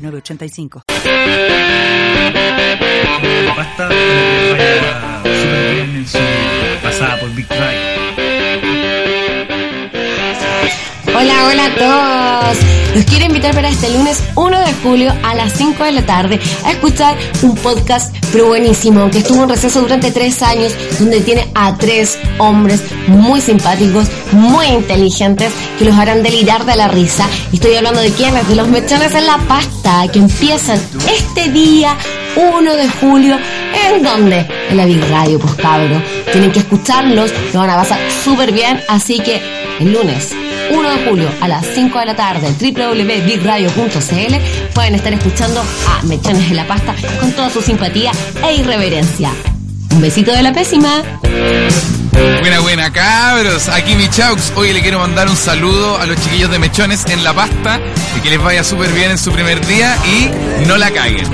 985. Basta con lo que falla Super Green en su pasada por Big Ride. Hola, hola a todos. Los quiero invitar para este lunes 1 de julio a las 5 de la tarde a escuchar un podcast pero buenísimo que estuvo en receso durante tres años donde tiene a tres hombres muy simpáticos, muy inteligentes que los harán delirar de la risa. Y estoy hablando de quiénes, de los mechones en la pasta que empiezan este día 1 de julio. ¿En dónde? En la Big Radio, pues cabros. Tienen que escucharlos, lo van a pasar súper bien. Así que el lunes 1 de julio a las 5 de la tarde www.bigradio.cl pueden estar escuchando a Mechones de la Pasta con toda su simpatía e irreverencia. Un besito de la pésima. Buena, buena, cabros. Aquí mi Chaux. Hoy le quiero mandar un saludo a los chiquillos de Mechones en la pasta. Y que les vaya súper bien en su primer día y no la caguen.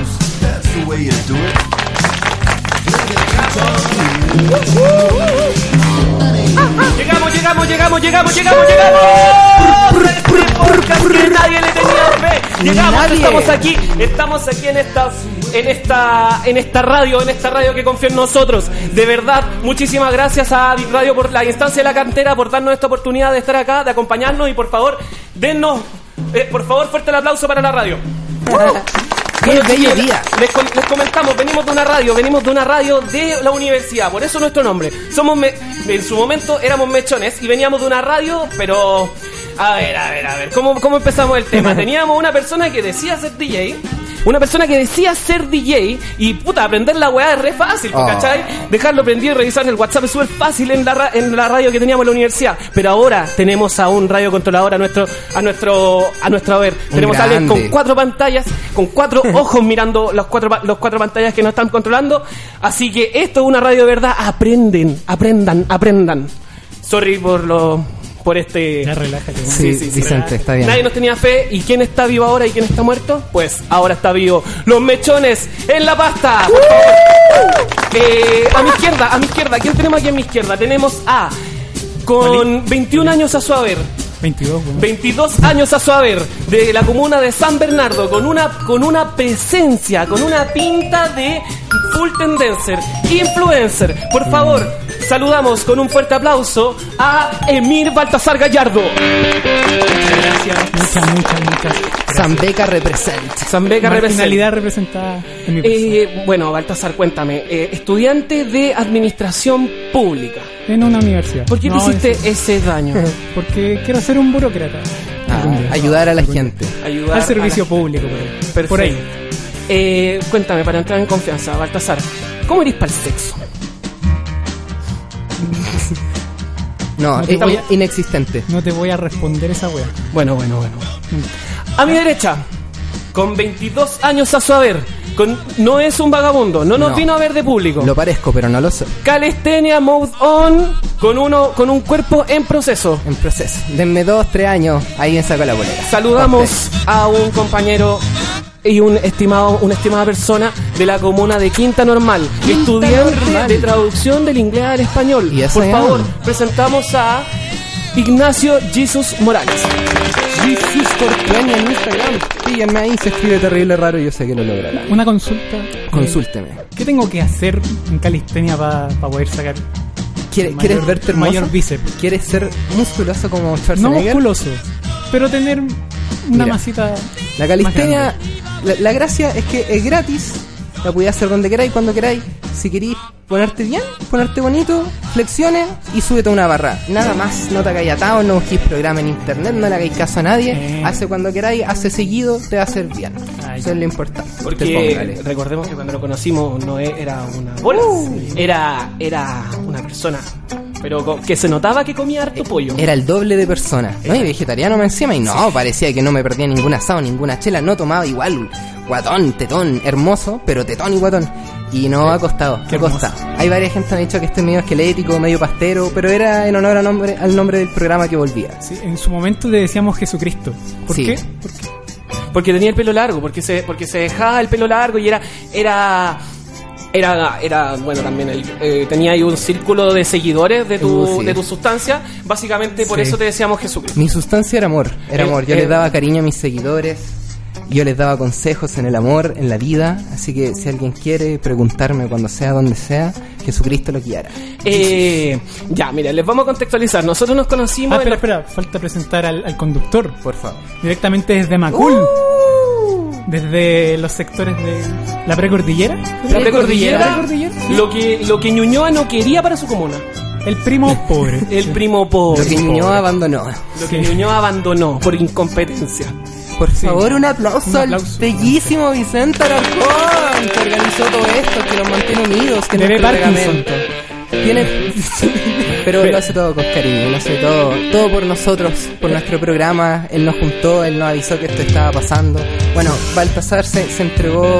Llegamos, llegamos, llegamos, llegamos, llegamos, llegamos. Este podcast que nadie le tenía fe. Llegamos, Nadie. estamos aquí, estamos aquí en esta, en esta, en esta radio, en esta radio que confía en nosotros. De verdad, muchísimas gracias a Big Radio por la instancia de la cantera, por darnos esta oportunidad de estar acá, de acompañarnos y por favor, dennos, eh, por favor, fuerte el aplauso para la radio. Qué bello Chile, día. Les, com- les comentamos, venimos de una radio, venimos de una radio de la universidad, por eso nuestro nombre. Somos me- en su momento éramos mechones y veníamos de una radio, pero a ver, a ver, a ver, ¿cómo, cómo empezamos el tema? Teníamos una persona que decía ser DJ, una persona que decía ser DJ y puta, aprender la weá es re fácil, Ah. ¿cachai? Dejarlo prendido y revisar en el WhatsApp es súper fácil en la, ra- en la radio que teníamos en la universidad. Pero ahora tenemos a un radiocontrolador a nuestro, a nuestro, a nuestro haber. tenemos a alguien con grande. cuatro pantallas, con cuatro ojos mirando las cuatro, pa- los cuatro pantallas que nos están controlando. Así que esto es una radio de verdad. Aprenden, aprendan, aprendan. Sorry por lo, por este. Ya relájate. weón. Sí, Vicente, está bien. Nadie nos tenía fe. ¿Y quién está vivo ahora y quién está muerto? Pues ahora está vivo. Los mechones en la pasta. por favor. Eh, a mi izquierda, a mi izquierda. ¿Quién tenemos aquí a mi izquierda? Tenemos a. Con 21 años a su haber. 22, weón. 22 años a su haber, de la comuna de San Bernardo, con una, con una presencia, con una pinta de full tendencer, influencer. Por favor, saludamos con un fuerte aplauso a Emir Baltasar Gallardo. Muchas gracias. Muchas, muchas, muchas. gracias. Zambeca represent. Zambeca Marginalidad representada en mi persona. Eh, bueno, Baltasar, cuéntame, eh, estudiante de administración pública. en una universidad. ¿Por qué No, te hiciste eso- ese daño? Porque quiero ser un burócrata. Ah, Algún día. ayudar a la gente. Ayudar a Al la- servicio público, por ahí. Perfecto. Por ahí. Eh, cuéntame, para entrar en confianza, Baltasar, ¿cómo eres para el sexo? No, te es voy a- inexistente. No te voy a responder esa wea. Bueno, bueno, bueno. A mi derecha, con 22 años a su haber, con, no es un vagabundo, no nos No. vino a ver de público. Lo parezco, pero no lo soy. Calistenia Mode On, con, uno, con un cuerpo en proceso. En proceso. Denme dos, tres años. Alguien saca la bolera. Saludamos a un compañero y un estimado, una estimada persona de la comuna de Quinta Normal, estudiante Normal. de traducción del inglés al español. Yes, Por I am. favor, presentamos a Ignacio Jesus Morales. Jesus Cortuani en Instagram. Píllenme ahí, se escribe terrible raro y yo sé que lo logrará. Una consulta. eh, Consúlteme. ¿Qué tengo que hacer en calistenia para poder sacar? ¿Quieres, Mayor- ¿quieres verte hermoso? mayor bíceps. ¿Quieres ser musculoso como No Schwarzenegger? musculoso, pero tener una Mira, masita. La calistenia, la, la gracia es que es gratis. La podéis hacer donde queráis, cuando queráis. Si queréis ponerte bien, ponerte bonito, flexiones y súbete a una barra. Nada más, no te hagáis atado, no busquéis programa en internet, no le hagáis caso a nadie. Eh. Hace cuando queráis, hace seguido, te va a hacer bien. Ay. Eso es lo importante. Te Porque pongale. Uh. recordemos que cuando lo conocimos no e- era una bola, era, era una persona Pero co- que se notaba que comía harto pollo. Era el doble de persona. No, y vegetariano me encima. Y no, parecía que no me perdía ningún asado, ninguna chela. No tomaba igual. Guatón, tetón, hermoso, pero tetón y guatón. Y no ha costado, Qué ha costado. Hay varias gente que ha dicho que este es medio esquelético, medio pastero, pero era en honor a nombre, al nombre del programa que volvía. Sí, en su momento le decíamos Jesucristo. ¿Por Sí. qué? Porque Porque tenía el pelo largo, porque se, porque se dejaba el pelo largo y era. Era. Era, era bueno, también el- eh, tenía ahí un círculo de seguidores de tu, Uh, sí. de tu sustancia. Básicamente por Sí. eso te decíamos Jesucristo. Mi sustancia era amor, era Eh, amor. Yo eh. les daba cariño a mis seguidores, yo les daba consejos en el amor, en la vida. Así que si alguien quiere preguntarme cuando sea, donde sea, Jesucristo lo guiará. Eh, ya, mira, les vamos a contextualizar. Nosotros nos conocimos. Ah, en espera, la- espera, falta presentar al, al conductor. Por favor. Directamente desde Macul. ¡Uh! Desde los sectores de la precordillera. La precordillera, La precordillera, sí. Lo, que, lo que Ñuñoa no quería para su comuna. El primo pobre. El Sí. primo Lo pobre. que Ñuñoa abandonó. Lo que Sí. Ñuñoa abandonó por incompetencia. Por Sí. favor, un aplauso, Un aplauso. al bellísimo Vicente Alarcón, que organizó todo esto, que nos mantiene unidos, que nos Bebé Parkinson. pegamento. Tiene... Pero lo hace todo con cariño, lo hace todo, todo por nosotros, por nuestro programa. Él nos juntó, él nos avisó que esto estaba pasando. Bueno, Baltasar se, se entregó,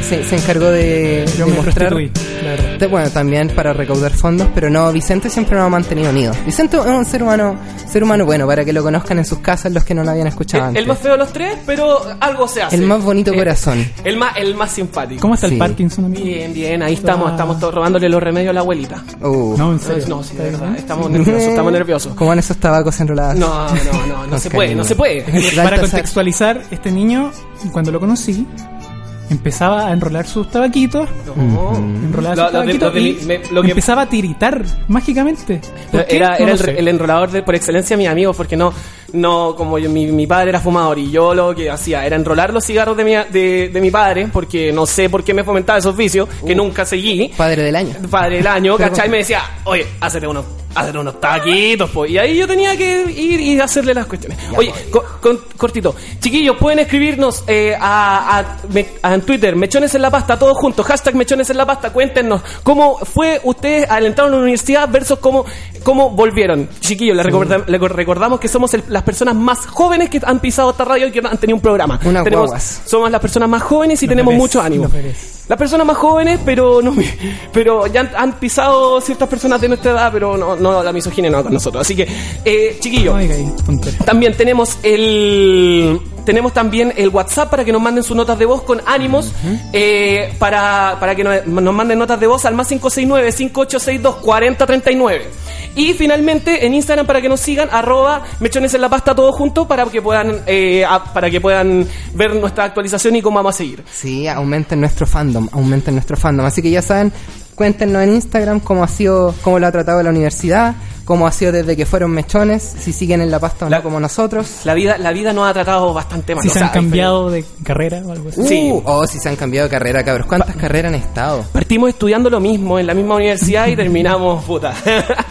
se, se encargó de, Yo de me mostrar prostituí, la verdad. Te- Bueno, también para recaudar fondos, pero no, Vicente siempre nos ha mantenido unidos. Vicente es un ser humano, ser humano bueno, para que lo conozcan en sus casas los que no lo habían Ah, escuchado El, antes. el más feo de los tres, pero algo se hace. El más bonito Eh, corazón. El más, el más simpático. ¿Cómo está Sí. el Parkinson, amigo? Bien, bien, ahí estamos, Ah. estamos todos robándole los remedios a la abuelita. Uh. No, en Ay, serio. No, sí, de verdad, estamos Eh, nerviosos, estamos nerviosos. ¿Cómo van esos tabacos enrolados? No, no, no, no Con se puede, no cariño. se puede. Para Baltasar. contextualizar, este niño, cuando lo conocí, empezaba a enrolar sus tabaquitos. Mm. No. Enrolaba Lo- sus lo de- tabaquitos lo de- y me- lo que- empezaba a tiritar mágicamente. ¿Por qué? Era, No era lo el, sé. el enrolador de, por excelencia mi amigo, porque no, no como yo- mi, mi padre era fumador y yo lo que hacía era enrolar los cigarros de mi, de, de mi padre, porque no sé por qué me fomentaba esos vicios, Uh. que nunca seguí. Padre del año. Padre del año, Pero- ¿cachai? Me decía, oye, hácete unos, hácete unos taquitos, po. Y ahí yo tenía que ir y hacerle las cuestiones. Oye, co- con- cortito. Chiquillos, pueden escribirnos eh, a, a- me- a- en Twitter, Mechones en la Pasta, todos juntos, hashtag Mechones en la Pasta, cuéntenos cómo fue ustedes al entrar a la universidad versus cómo, cómo volvieron. Chiquillos, les, recorda- les recordamos que somos el- las personas más jóvenes que han pisado esta radio y que han tenido un programa. Unas Tenemos- guaguas. somos las personas más jóvenes y tenemos bebés, mucho ánimo. los bebés. Las personas más jóvenes, pero no me- pero ya han, han pisado ciertas personas de nuestra edad, pero no, no la misoginia no va con nosotros. Así que, eh, chiquillos, No diga ahí, tontera. también tenemos el tenemos también el WhatsApp para que nos manden sus notas de voz con ánimos eh, para, para que nos, nos manden notas de voz al más 569 5862 4039 y finalmente en Instagram para que nos sigan arroba mechones en la pasta todo junto para que puedan eh, a- para que puedan ver nuestra actualización y cómo vamos a seguir Sí, aumenten nuestro fandom, aumenten nuestro fandom. Así que ya saben, cuéntenos en Instagram cómo ha sido, cómo lo ha tratado la universidad, cómo ha sido desde que fueron mechones, si siguen en la pasta o La- no como nosotros. La vida, la vida nos ha tratado bastante mal. Si o se sea, han cambiado de carrera o algo así. Uh, Sí. oh, si se han cambiado de carrera, cabros. ¿Cuántas carreras han estado? Partimos estudiando lo mismo en la misma universidad y terminamos, puta,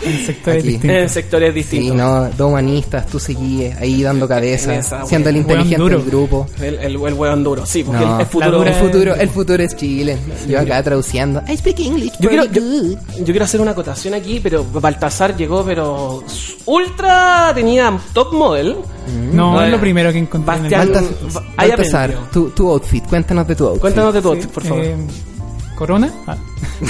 En sectores Aquí. distintos. en sectores Sí, distintos. no, dos humanistas, tú seguís ahí dando cabeza, En esa, siendo el weón. Weón inteligente del duro. grupo. El, el, el hueón duro, sí, porque No, el, el futuro... dura el el fu- futuro, el futuro es Chile. Yo acá traduciendo. I speak English. yo quiero, pretty yo, good. yo quiero hacer una acotación aquí, pero Baltasar llegó, pero ultra tenía top model. No, Bueno, es lo primero que encontré. en el Bastián- mundo. Baltas- Mm. va- ahí Baltasar, aprendió. tu, tu outfit, cuéntanos de tu outfit. Cuéntanos de tu Sí, outfit, por favor. eh, ¿Corona? Ah,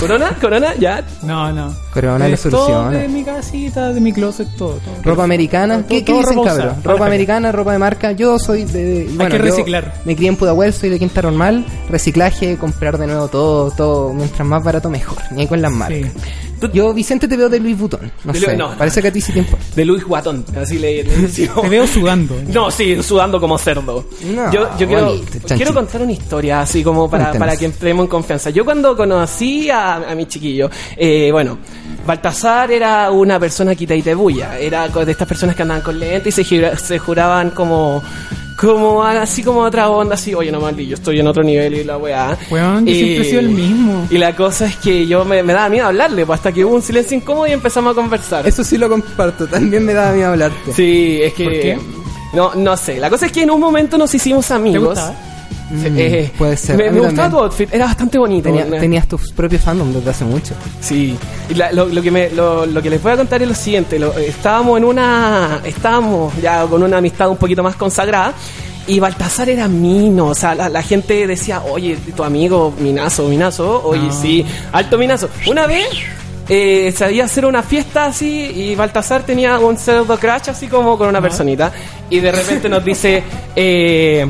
¿Corona? ¿Corona? ¿Ya? no, no. Corona Eh, lo Todo soluciona. de mi casita, de mi closet, todo. todo. Ropa americana, Todo- ¿qué, qué todo dicen ropa cabrón? usada. Ropa americana, ropa de marca, yo soy de... de- bueno, que yo reciclar. me crié en Pudahuel, soy de Quinta Normal, reciclaje, comprar de nuevo todo, todo, mientras más barato mejor, ni ahí con las marcas. Sí. Yo, Vicente, te veo de Luis Butón, no De Lu- sé, no, no. parece que a ti sí te importa. De Luis Guatón, así le, le decimos. Te veo sudando. ¿eh? No, sí, sudando como cerdo. No, yo yo quiero, bonito, chanchito. quiero contar una historia así como para, Cuéntanos. para que entremos en confianza. Yo cuando conocí a, a mi chiquillo, eh, bueno, Baltasar era una persona quita y te bulla. Era co- de estas personas que andaban con lente y se, gira- se juraban como... Como a- así como otra onda, así, oye, no Mandy, yo estoy en otro nivel y la weá. Weón, yo Y- siempre he sido el mismo. Y la cosa es que yo me, me daba miedo hablarle, pues, hasta que hubo un silencio incómodo y empezamos a conversar. Eso sí lo comparto, también me daba miedo hablarte. Sí, es que. ¿Por qué? No, no sé. La cosa es que en un momento nos hicimos amigos. gustaba? Mm, Eh, puede ser. Me, A mí me gustaba también. tu outfit, era bastante bonito. Tenía- Eh, tenías tus propios fandom desde hace mucho. Sí, y la- lo, lo que me, lo, lo que les voy a contar es lo siguiente. Lo- estábamos en una. Estábamos ya con una amistad un poquito más consagrada. Y Baltasar era mino, o sea, la, la gente decía, oye, tu amigo, minazo, minazo, oye, sí, alto minazo. Una vez eh, se había hacer una fiesta así y Baltasar tenía un pseudo crash así como con una personita y de repente nos dice, eh,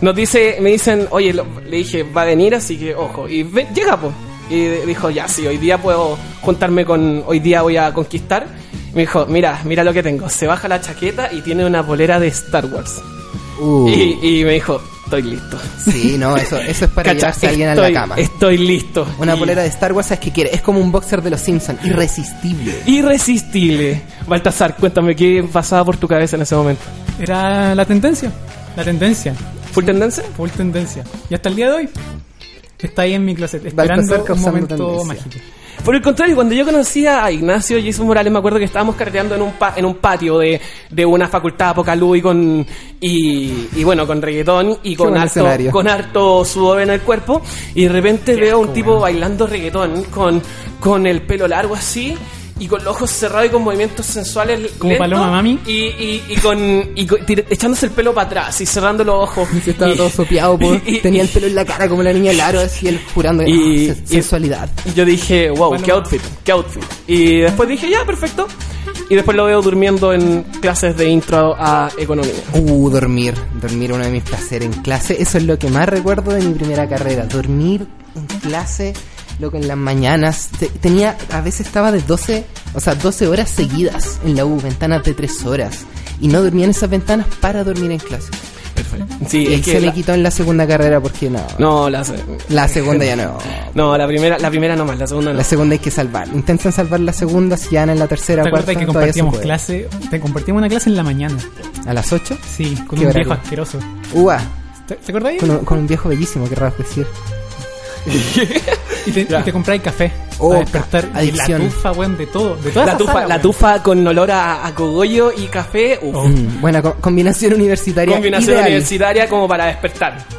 nos dice, me dicen, oye, lo- le dije, va a venir, así que ojo. Y ve- llega, pues. Y de- dijo, ya, sí, hoy día puedo juntarme con. Hoy día voy a conquistar. Y me dijo, mira, mira lo que tengo. Se baja la chaqueta y tiene una polera de Star Wars. Uh, Y, y me dijo, estoy listo. sí, no, eso, eso es para Cacha, llevarse a alguien a la estoy- cama. Estoy listo. Una Y- polera de Star Wars es que quiere, es como un boxer de los Simpsons, irresistible. Irresistible. Baltasar, cuéntame qué pasaba por tu cabeza en ese momento. Era la tendencia. La tendencia. ¿Full tendencia? Full tendencia. Y hasta el día de hoy. Está ahí en mi closet, Baltasar esperando un causando momento tendencia. mágico. Por el contrario, cuando yo conocía a Ignacio Jason Morales, me acuerdo que estábamos carreteando en un, pa- en un patio de, de una facultad Apocalú y con. Y, y bueno, con reggaetón y con buen harto, escenario. con harto sudor en el cuerpo. Y de repente veo a un tipo bailando reggaetón con, con el pelo largo así. Y con los ojos cerrados y con movimientos sensuales. Como lentos, Paloma Mami. Y, y, y con, y con- tira- echándose el pelo para atrás y cerrando los ojos. Se estaba Y- todo sopeado, po. y- y- tenía el pelo en la cara como la niña Laro, así él jurando que Y- no, ah, se- y- sensualidad. Y yo dije, wow, Paloma. qué outfit, qué outfit. Y después dije, ya, perfecto. Y después lo veo durmiendo en clases de intro a economía. Uh, dormir, dormir uno de mis placeres en clase, eso es lo que más recuerdo de mi primera carrera, dormir en clase, loco, en las mañanas, Te- tenía, a veces estaba de 12, o sea, 12 horas seguidas en la U, ventanas de 3 horas, y no dormía en esas ventanas para dormir en clase. Sí, Y es ahí que se la- le quitó en la segunda carrera porque no, No, la, la segunda ya no. no, la primera, la primera no más, la segunda no. La segunda hay que salvar. Intentan salvar la segunda, si ya en la tercera ¿Te cuarta acuerdas que todavía se compartíamos puede. clase? Te compartíamos una clase en la mañana. ¿A las 8? Sí, con Qué un horario. viejo asqueroso. Uah, ¿Te, te acordáis? con, un- con un viejo bellísimo, querrás decir. Y te, Ya. y te compráis café. Oh, para despertar. Y la adicción. tufa, weón, de todo. De toda La esa tufa, sala, la weón. tufa con olor a, a cogollo y café. Uf, Mm, buena co- combinación universitaria. Oh. combinación ideal. universitaria como para despertar. Sí,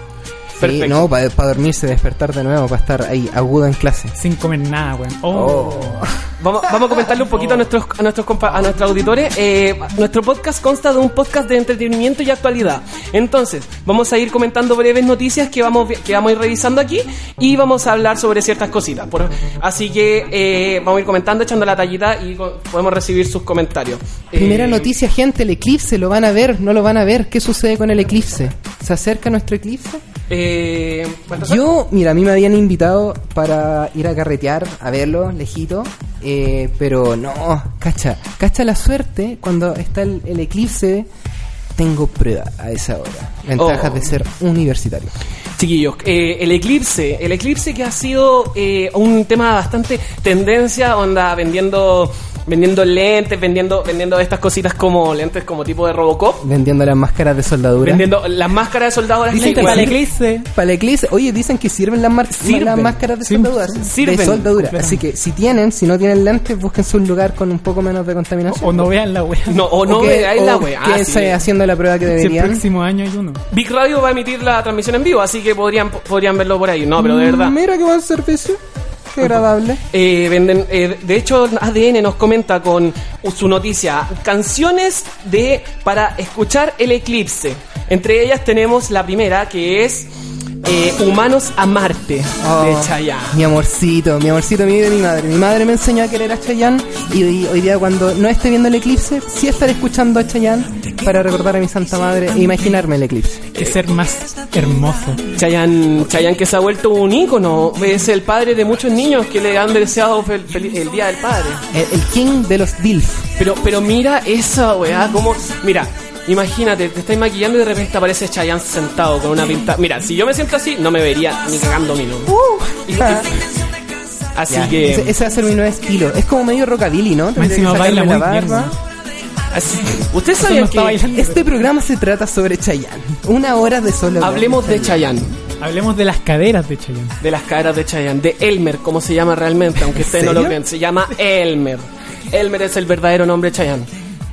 Perfecto. no, para dormirse, despertar de nuevo, para estar ahí agudo en clase. Sin comer nada, weón. Oh. Vamos, vamos a comentarle un poquito a nuestros a nuestros compa- a nuestros auditores. Eh, nuestro podcast consta de un podcast de entretenimiento y actualidad. Entonces, vamos a ir comentando breves noticias que vamos vi- que vamos a ir revisando aquí y vamos a hablar sobre ciertas cositas. Por- así que eh, vamos a ir comentando, echando la tallita y co- podemos recibir sus comentarios. Primera Eh, noticia, gente, el eclipse, ¿lo van a ver? ¿No lo van a ver? ¿Qué sucede con el eclipse? ¿Se acerca nuestro eclipse? eh, ¿cuántas son? Yo, mira, a mí me habían invitado para ir a carretear, a verlo, lejito, eh, pero no, cacha, cacha la suerte, cuando está el, el eclipse, tengo prueba a esa hora. Ventajas Oh. de ser universitario. Chiquillos, eh, el eclipse, el eclipse que ha sido eh, un tema bastante tendencia, onda vendiendo vendiendo lentes, vendiendo vendiendo estas cositas como lentes como tipo de Robocop, Vendiendo las máscaras de soldadura. vendiendo las máscaras de soldados las Dicen que lentes, para el weón. eclipse. Para el eclipse, oye, dicen que sirven las, mar- Sirven. las máscaras de Sirven. soldadura. Sirven. De soldadura. Completamente. Así que si tienen, si no tienen lentes, búsquense un lugar con un poco menos de contaminación. O no vean la weón. No, o no que- veáis o la weá. quédense sí. haciendo la prueba que Si el deberían. próximo año hay uno. Big Radio va a emitir la transmisión en vivo, así que podrían podrían verlo por ahí. No, pero de verdad. Mm, Mira que buen servicio. Qué agradable. Eh, venden, eh, de hecho, ADN nos comenta con su noticia canciones de para escuchar el eclipse. Entre ellas tenemos la primera que es eh, Humanos a Marte de Oh, Chayanne. Mi amorcito, mi amorcito, mi vida, y mi madre. Mi madre me enseñó a querer a Chayanne y hoy, hoy día cuando no esté viendo el eclipse, sí estaré escuchando a Chayanne para recordar a mi santa madre e imaginarme el eclipse. Que ser más hermoso. Chayanne, Chayanne que se ha vuelto un ícono, es el padre de muchos niños que le han deseado fel- fel- el Día del Padre. El, el king de los DILF. Pero, pero mira esa weá, como. Mira, imagínate, te estás maquillando y de repente aparece Chayanne sentado con una pinta. Mira, si yo me siento así, no me vería ni cagando mi nombre. Ah. Así Ya, que. ese, ese va a ser mi nuevo estilo. Es como medio rockabilly, ¿no? Tendría encima que sacarme baila muy la bien, barba. así- ¿Usted Eso no sabe está que.? bailando. Este programa se trata sobre Chayanne. Una hora de solo. hablar Hablemos de Chayanne, Hablemos de las caderas de Chayanne. de las caderas de Chayanne, de Elmer, como se llama realmente, aunque ustedes no lo serio? crean, se llama Elmer. Elmer es el verdadero nombre de Chayanne.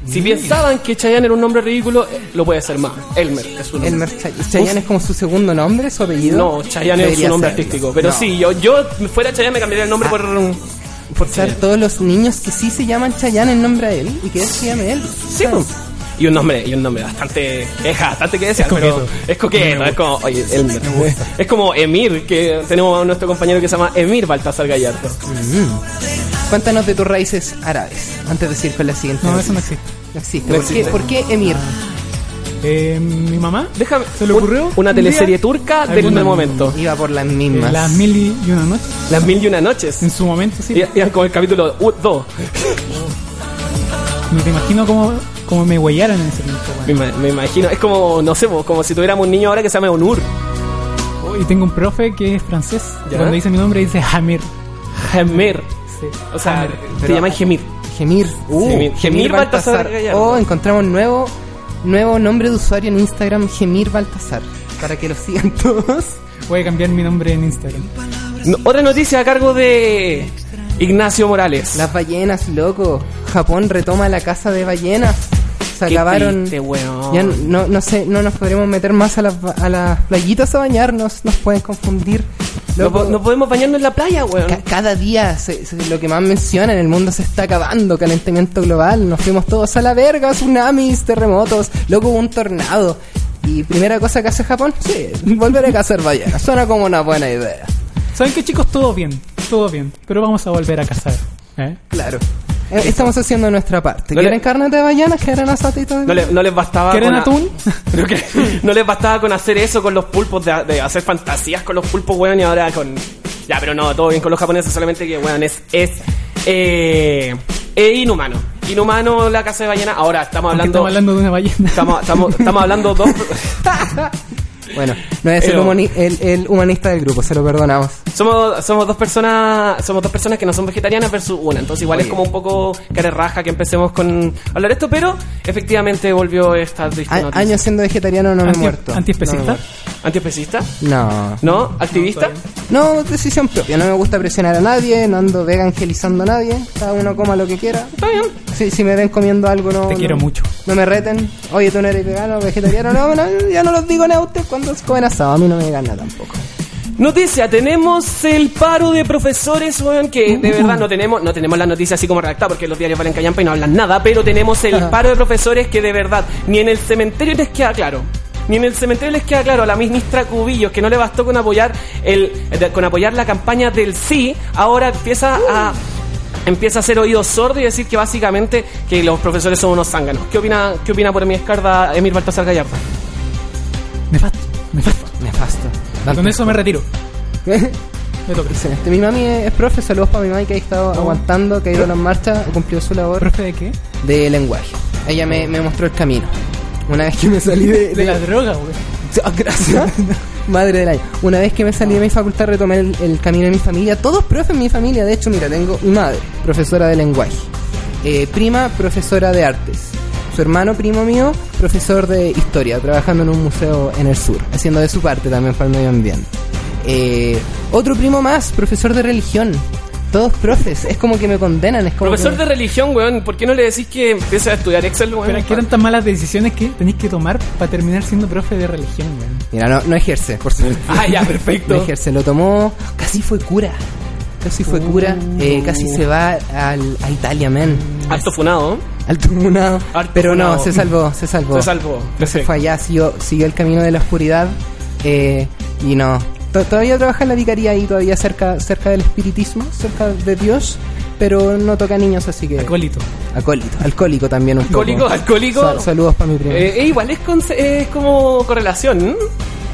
Si pensaban que Chayanne era un nombre ridículo, eh, lo puede ser más. Elmer es un nombre. Elmer Chay- Chayanne es como su segundo nombre, su apellido. No, Chayanne es Debería un nombre serlo. artístico. Pero No. Ah. sí, yo, yo fuera Chayanne me cambiaría el nombre por. Por ser todos los niños que sí se llaman Chayanne en nombre de él y que él se llame él. Sí, pues. Y un nombre, y un nombre bastante queja, bastante que desear, Es coqueto. pero es coqueto, es como, oye, Elmer. Es como Emir, que tenemos a nuestro compañero que se llama Emir Baltasar Gallardo. Cuéntanos de tus raíces árabes antes de seguir con la siguiente. No, eso noticia. no existe. Ah. No existe. No ¿Por, existe. Qué, ¿Por qué Emir? Eh, mi mamá Déjame. ¿Se le un- ocurrió? Una un teleserie día? turca del Alguna- momento. Iba por las eh, mismas. las mil y una noches. Las mil y una noches. En su momento, sí. Y- Iban con el capítulo 2. No te imagino cómo, cómo me huellaron en ese tiempo. Me, ima- me imagino. Es como, no sé, pues, como si tuviéramos un niño ahora que se llama Onur. weón. Y tengo un profe que es francés. ¿Ya? Cuando dice mi nombre dice Hamir. Gemir. Sí. O sea, Hamir. te llaman Gemir. Gemir. Uh, Gemir. Gemir Baltasar Gallardo. Oh, encontramos nuevo, nuevo nombre de usuario en Instagram, Gemir Baltasar. Para que lo sigan todos. Voy a cambiar mi nombre en Instagram. No- otra noticia a cargo de Ignacio Morales. Las ballenas, loco. Japón retoma la casa de ballenas. Se Qué acabaron. triste, weón. Ya no, no sé, no nos podremos meter más a las, ba- a las playitas a bañarnos. Nos pueden confundir. no, Loco, po- no podemos bañarnos en la playa, weón. Ca- cada día se- se- lo que más mencionan, el mundo se está acabando, calentamiento global, nos fuimos todos a la verga, tsunamis, terremotos, loco hubo un tornado. Y primera cosa que hace Japón, sí, volver a cazar ballenas. Suena como una buena idea. ¿Saben qué, chicos? Todo bien. Todo bien. Pero vamos a volver a casar. ¿Eh? Claro. Eh, Estamos haciendo nuestra parte. No le- ¿Quieren carne de ballenas? ¿Quieren asaditos? de No, le- no les bastaba. ¿Quieren con a- atún? Creo que no les bastaba con hacer eso con los pulpos, de, de hacer fantasías con los pulpos, weón, y ahora con. Ya, pero no, todo bien con los japoneses, solamente que, weón, es. es eh, es inhumano. Inhumano la casa de ballena. Ahora estamos Porque hablando. Estamos hablando de una ballena. Estamos, estamos, estamos hablando dos. Bueno, no es el, Pero- humani- el- el humanista del grupo, se lo perdonamos. Somos, somos dos personas. Somos dos personas que no son vegetarianas versus una. Entonces igual es como un poco cara raja que empecemos con hablar esto, pero efectivamente volvió esta triste A- noticia. años siendo vegetariano no me he Anti- muerto. antiespecista. No me he ¿Antiespecista? muerto. No. ¿No? ¿Activista? No, decisión propia. No me gusta presionar a nadie, no ando vegangelizando a nadie. Cada uno coma lo que quiera. Está bien. Sí, si me ven comiendo algo, no. Te no- quiero mucho. No me reten. Oye, tú no eres vegano, vegetariano. No, no, ya no los digo neutros cuando comen asado. A mí no me gana tampoco. Noticia, tenemos el paro de profesores, weón, que de verdad no tenemos, no tenemos la noticia así como redactada porque los diarios valen callampa y no hablan nada, pero tenemos el paro de profesores que de verdad ni en el cementerio les queda claro. Ni en el cementerio les queda claro a la ministra Cubillos que no le bastó con apoyar el de- con apoyar la campaña del sí, ahora empieza a empieza a hacer oídos sordos y decir que básicamente que los profesores son unos zánganos. ¿Qué opina qué opina por mi escarda Emir Baltasar Gallardo? Nefasto. Nefasto. Nefasto. Con eso me retiro. Excelente. Me toca. este, Mi mami es, es profe. Saludos para mi mami que ha estado aguantando, que ha ido a las marchas, cumplió su labor ¿Profe de qué? de lenguaje. Ella me, me mostró el camino. Una vez que me salí de, De de- la droga, güey. Ah, gracias. Madre del año. Una vez que me salí de mi facultad retomé el, el camino de mi familia. Todos profes en mi familia. De hecho, mira, tengo mi madre, profesora de lenguaje. Eh, prima, profesora de artes. Su hermano, primo mío, profesor de historia, trabajando en un museo en el sur, haciendo de su parte también para el medio ambiente. Eh, otro primo más, profesor de religión. Todos profes. Es como que me condenan. Es como Profesor que- de religión, weón, ¿por qué no le decís que empiece a estudiar Excel, weón? Pero que eran tan malas decisiones que tenéis que tomar para terminar siendo profe de religión, güey. Mira, no, no ejerce, por supuesto. Ah, ya, No perfecto. ejerce, lo tomó. Casi fue cura. Casi fue Oh. cura. eh, casi se va al, a Italia, man. Harto funado. Al tribunado. Harto Pero no, funado. se salvó, se salvó. Se salvó. No se Oh. fue allá, siguió, siguió el camino de la oscuridad. eh, y no. To- Todavía trabaja en la vicaría ahí, todavía cerca, cerca del espiritismo, cerca de Dios. Pero no toca niños, así que. Acólito. Acólito. Alcohólico también un poco. Alcohólico, alcohólico. Sal- saludos para mi primo. Eh, eh, igual es, con- eh, es como correlación. ¿m?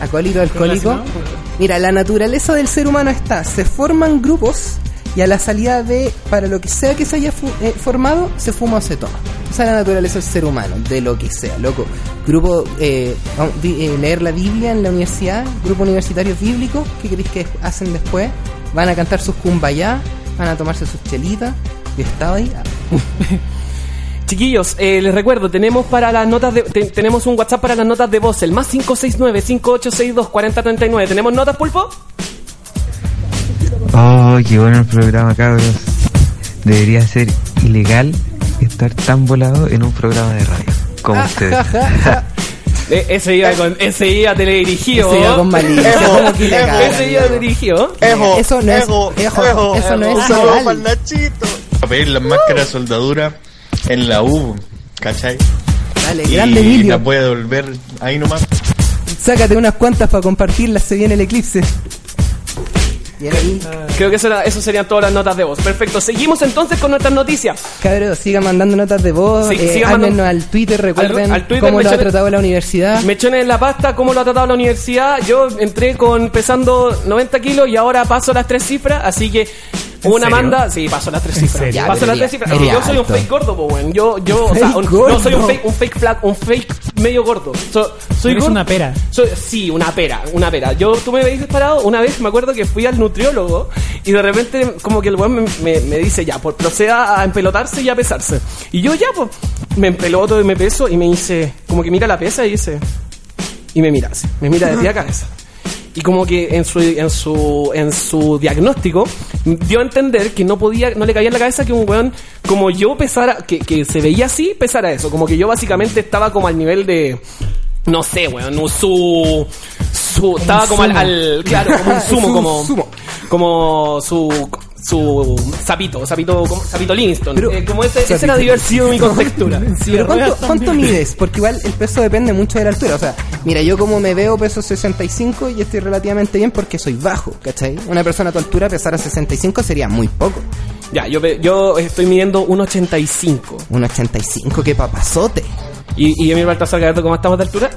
Acólito, alcohólico. Relacionado. Mira, la naturaleza del ser humano está. Se forman grupos y a la salida de, para lo que sea que se haya fu- eh, formado, se fuma o se toma. Esa es la naturaleza del ser humano, de lo que sea, loco. Grupo, eh, vamos, di- eh, leer la Biblia en la universidad, grupo universitario bíblico, ¿qué creéis que hacen después? Van a cantar sus cumbayá, van a tomarse sus chelitas. Yo estaba ahí. Chiquillos, eh, les recuerdo, tenemos para las notas de, te- tenemos un WhatsApp para las notas de voz, el más 569-5862-4039. ¿Tenemos notas, pulpo? Oh, qué bueno el programa, cabros. Debería ser ilegal estar tan volado en un programa de radio como ustedes. Eh, Ese iba, con, ese iba teledirigido. Ese iba con malicia, Evo, ¿cómo que le Evo, cagan, Ese iba dirigido. Ejo, Eso no es- ejo, ejo, ejo. eso no es Un saludo legal. para el Nachito. A pedir las máscaras de soldadura en la U, ¿cachai? Dale, Y grande la Emilio. puede devolver ahí nomás. Sácate unas cuantas para compartirlas, se viene el eclipse. Bien ahí. Creo que eso, era- eso serían todas las notas de voz. Perfecto. Seguimos entonces con nuestras noticias. Cabros, sigan mandando notas de voz, Sí, eh, sigan mandando- háblenos al Twitter, recuerden al Twitter, cómo lo ha mencionen- tratado la universidad. Mechones en la pasta, ¿cómo lo ha tratado la universidad? Yo entré con pesando 90 kilos y ahora paso las tres cifras, así que una serio? manda. Sí, paso las tres cifras. serio? Ya, paso pero las ya, tres cifras. ya, Es que yo ya, soy un alto. fake gordo, po, weón. Yo, yo, o sea, Fake un- gordo. no soy un fake, un fake flaco, un fake medio gordo. So- soy Eres gordo- una pera. soy- sí, una pera, una pera. Yo, tú me veis disparado, una vez me acuerdo que fui al nutriólogo y de repente como que el weón me, me- me dice ya, pues proceda a empelotarse y a pesarse. Y yo ya, pues, me empeloto y me peso y me dice, como que mira la pesa y dice, y me mira así, me mira desde la cabeza. Y como que en su, en su, en su diagnóstico dio a entender que no podía, no le cabía en la cabeza que un weón como yo pesara, que, que se veía así, pesara eso. Como que yo básicamente estaba como al nivel de, no sé, weón, un su, su, estaba como al, sumo. al- claro, como un Su- sumo, como, sumo. como su, su sapito, sapito, como, sapito Livingston. Pero- Eh, como ese, esa era diversión y con textura. Pero ¿cuánto, cuánto mides? Porque igual el peso depende mucho de la altura. O sea, mira, yo como me veo peso 65 y estoy relativamente bien porque soy bajo, ¿cachai? Una persona a tu altura pesar a 65 sería muy poco. Ya, yo, pe- yo estoy midiendo 1,85. Un 85, qué papazote. Y, y Emil Baltasar Gaberto, ¿cómo estamos de altura?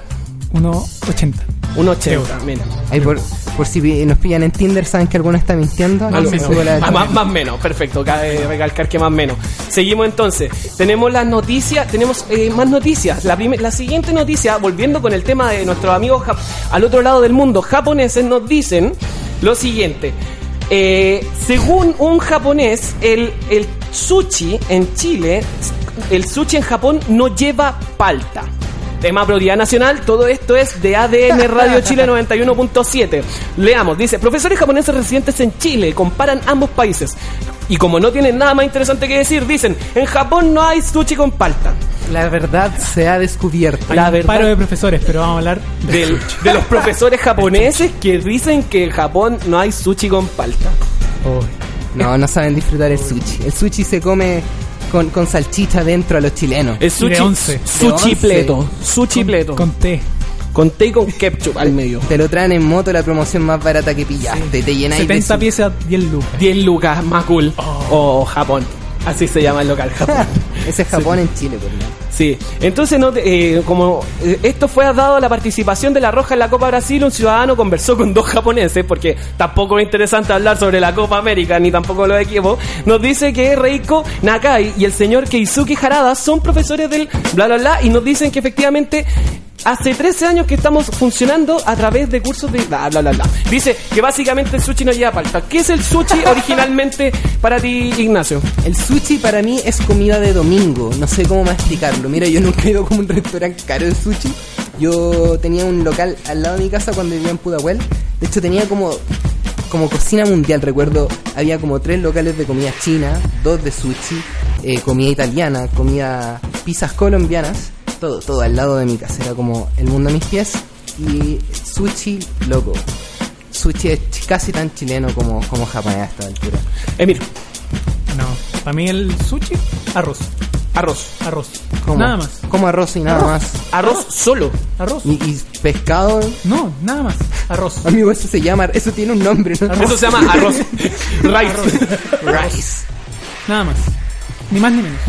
1,80. 1,80, mira. Ahí por, por si vi- nos pillan en Tinder, saben que alguno está mintiendo. Más Yo me subo la- menos. Ah, más, más menos, perfecto. Cabe recalcar que más menos. Seguimos entonces. Tenemos las noticias, tenemos eh, más noticias. La, prim- la siguiente noticia, volviendo con el tema de nuestros amigos jap- al otro lado del mundo, japoneses, nos dicen lo siguiente. Eh, según un japonés, el, el sushi en Chile, el sushi en Japón no lleva palta. Tema prioridad nacional, todo esto es de ADN Radio Chile 91.7. Leamos, dice, profesores japoneses residentes en Chile comparan ambos países. Y como no tienen nada más interesante que decir, dicen, en Japón no hay sushi con palta. La verdad se ha descubierto. La Hay un paro verdad- de profesores, pero vamos a hablar de Del- de los profesores japoneses que dicen que en Japón no hay sushi con palta. Oh, No, no saben disfrutar el sushi. El sushi se come con, con salchicha dentro a los chilenos. Es Y de sushi, once. De sushi once. pleto, sushi pleto. con té. Con té y con ketchup al medio. Te lo traen en moto la promoción más barata que pillaste. Te llenáis de 70 sushi. piezas, 10 lucas. 10 lucas, más cool. Oh. O Japón. Así se llama el local Japón. Ese es Japón en Chile, por lo Sí, entonces no te- eh, como eh, esto fue dado a la participación de la Roja en la Copa Brasil, un ciudadano conversó con dos japoneses, porque tampoco es interesante hablar sobre la Copa América ni tampoco los equipos, nos dice que Reiko Nakai y el señor Keisuke Harada son profesores del bla bla bla y nos dicen que efectivamente hace 13 años que estamos funcionando a través de cursos de bla bla bla bla. Dice que básicamente el sushi no lleva palta. ¿Qué es el sushi originalmente para ti, Ignacio? El sushi para mí es comida de domingo. No sé cómo más explicarlo. Mira, yo nunca he ido como un restaurante caro de sushi. Yo tenía un local al lado de mi casa cuando vivía en Pudahuel. De hecho, tenía como, como cocina mundial. Recuerdo, había como tres locales de comida china, dos de sushi, eh, comida italiana, comida pizzas colombianas. Todo, todo al lado de mi casa. Era como el mundo a mis pies. Y sushi, loco. Sushi es ch- casi tan chileno como, como japonés a esta altura. Emir, No, para mí el sushi, arroz. arroz. Arroz. Como- Nada más. Como arroz y nada más. Arroz solo. Arroz. Y, y pescado, No, nada más. Arroz. amigo, eso se llama, eso tiene un nombre, ¿no? Eso se llama arroz. Rice. Rice. Nada más. Ni más ni menos.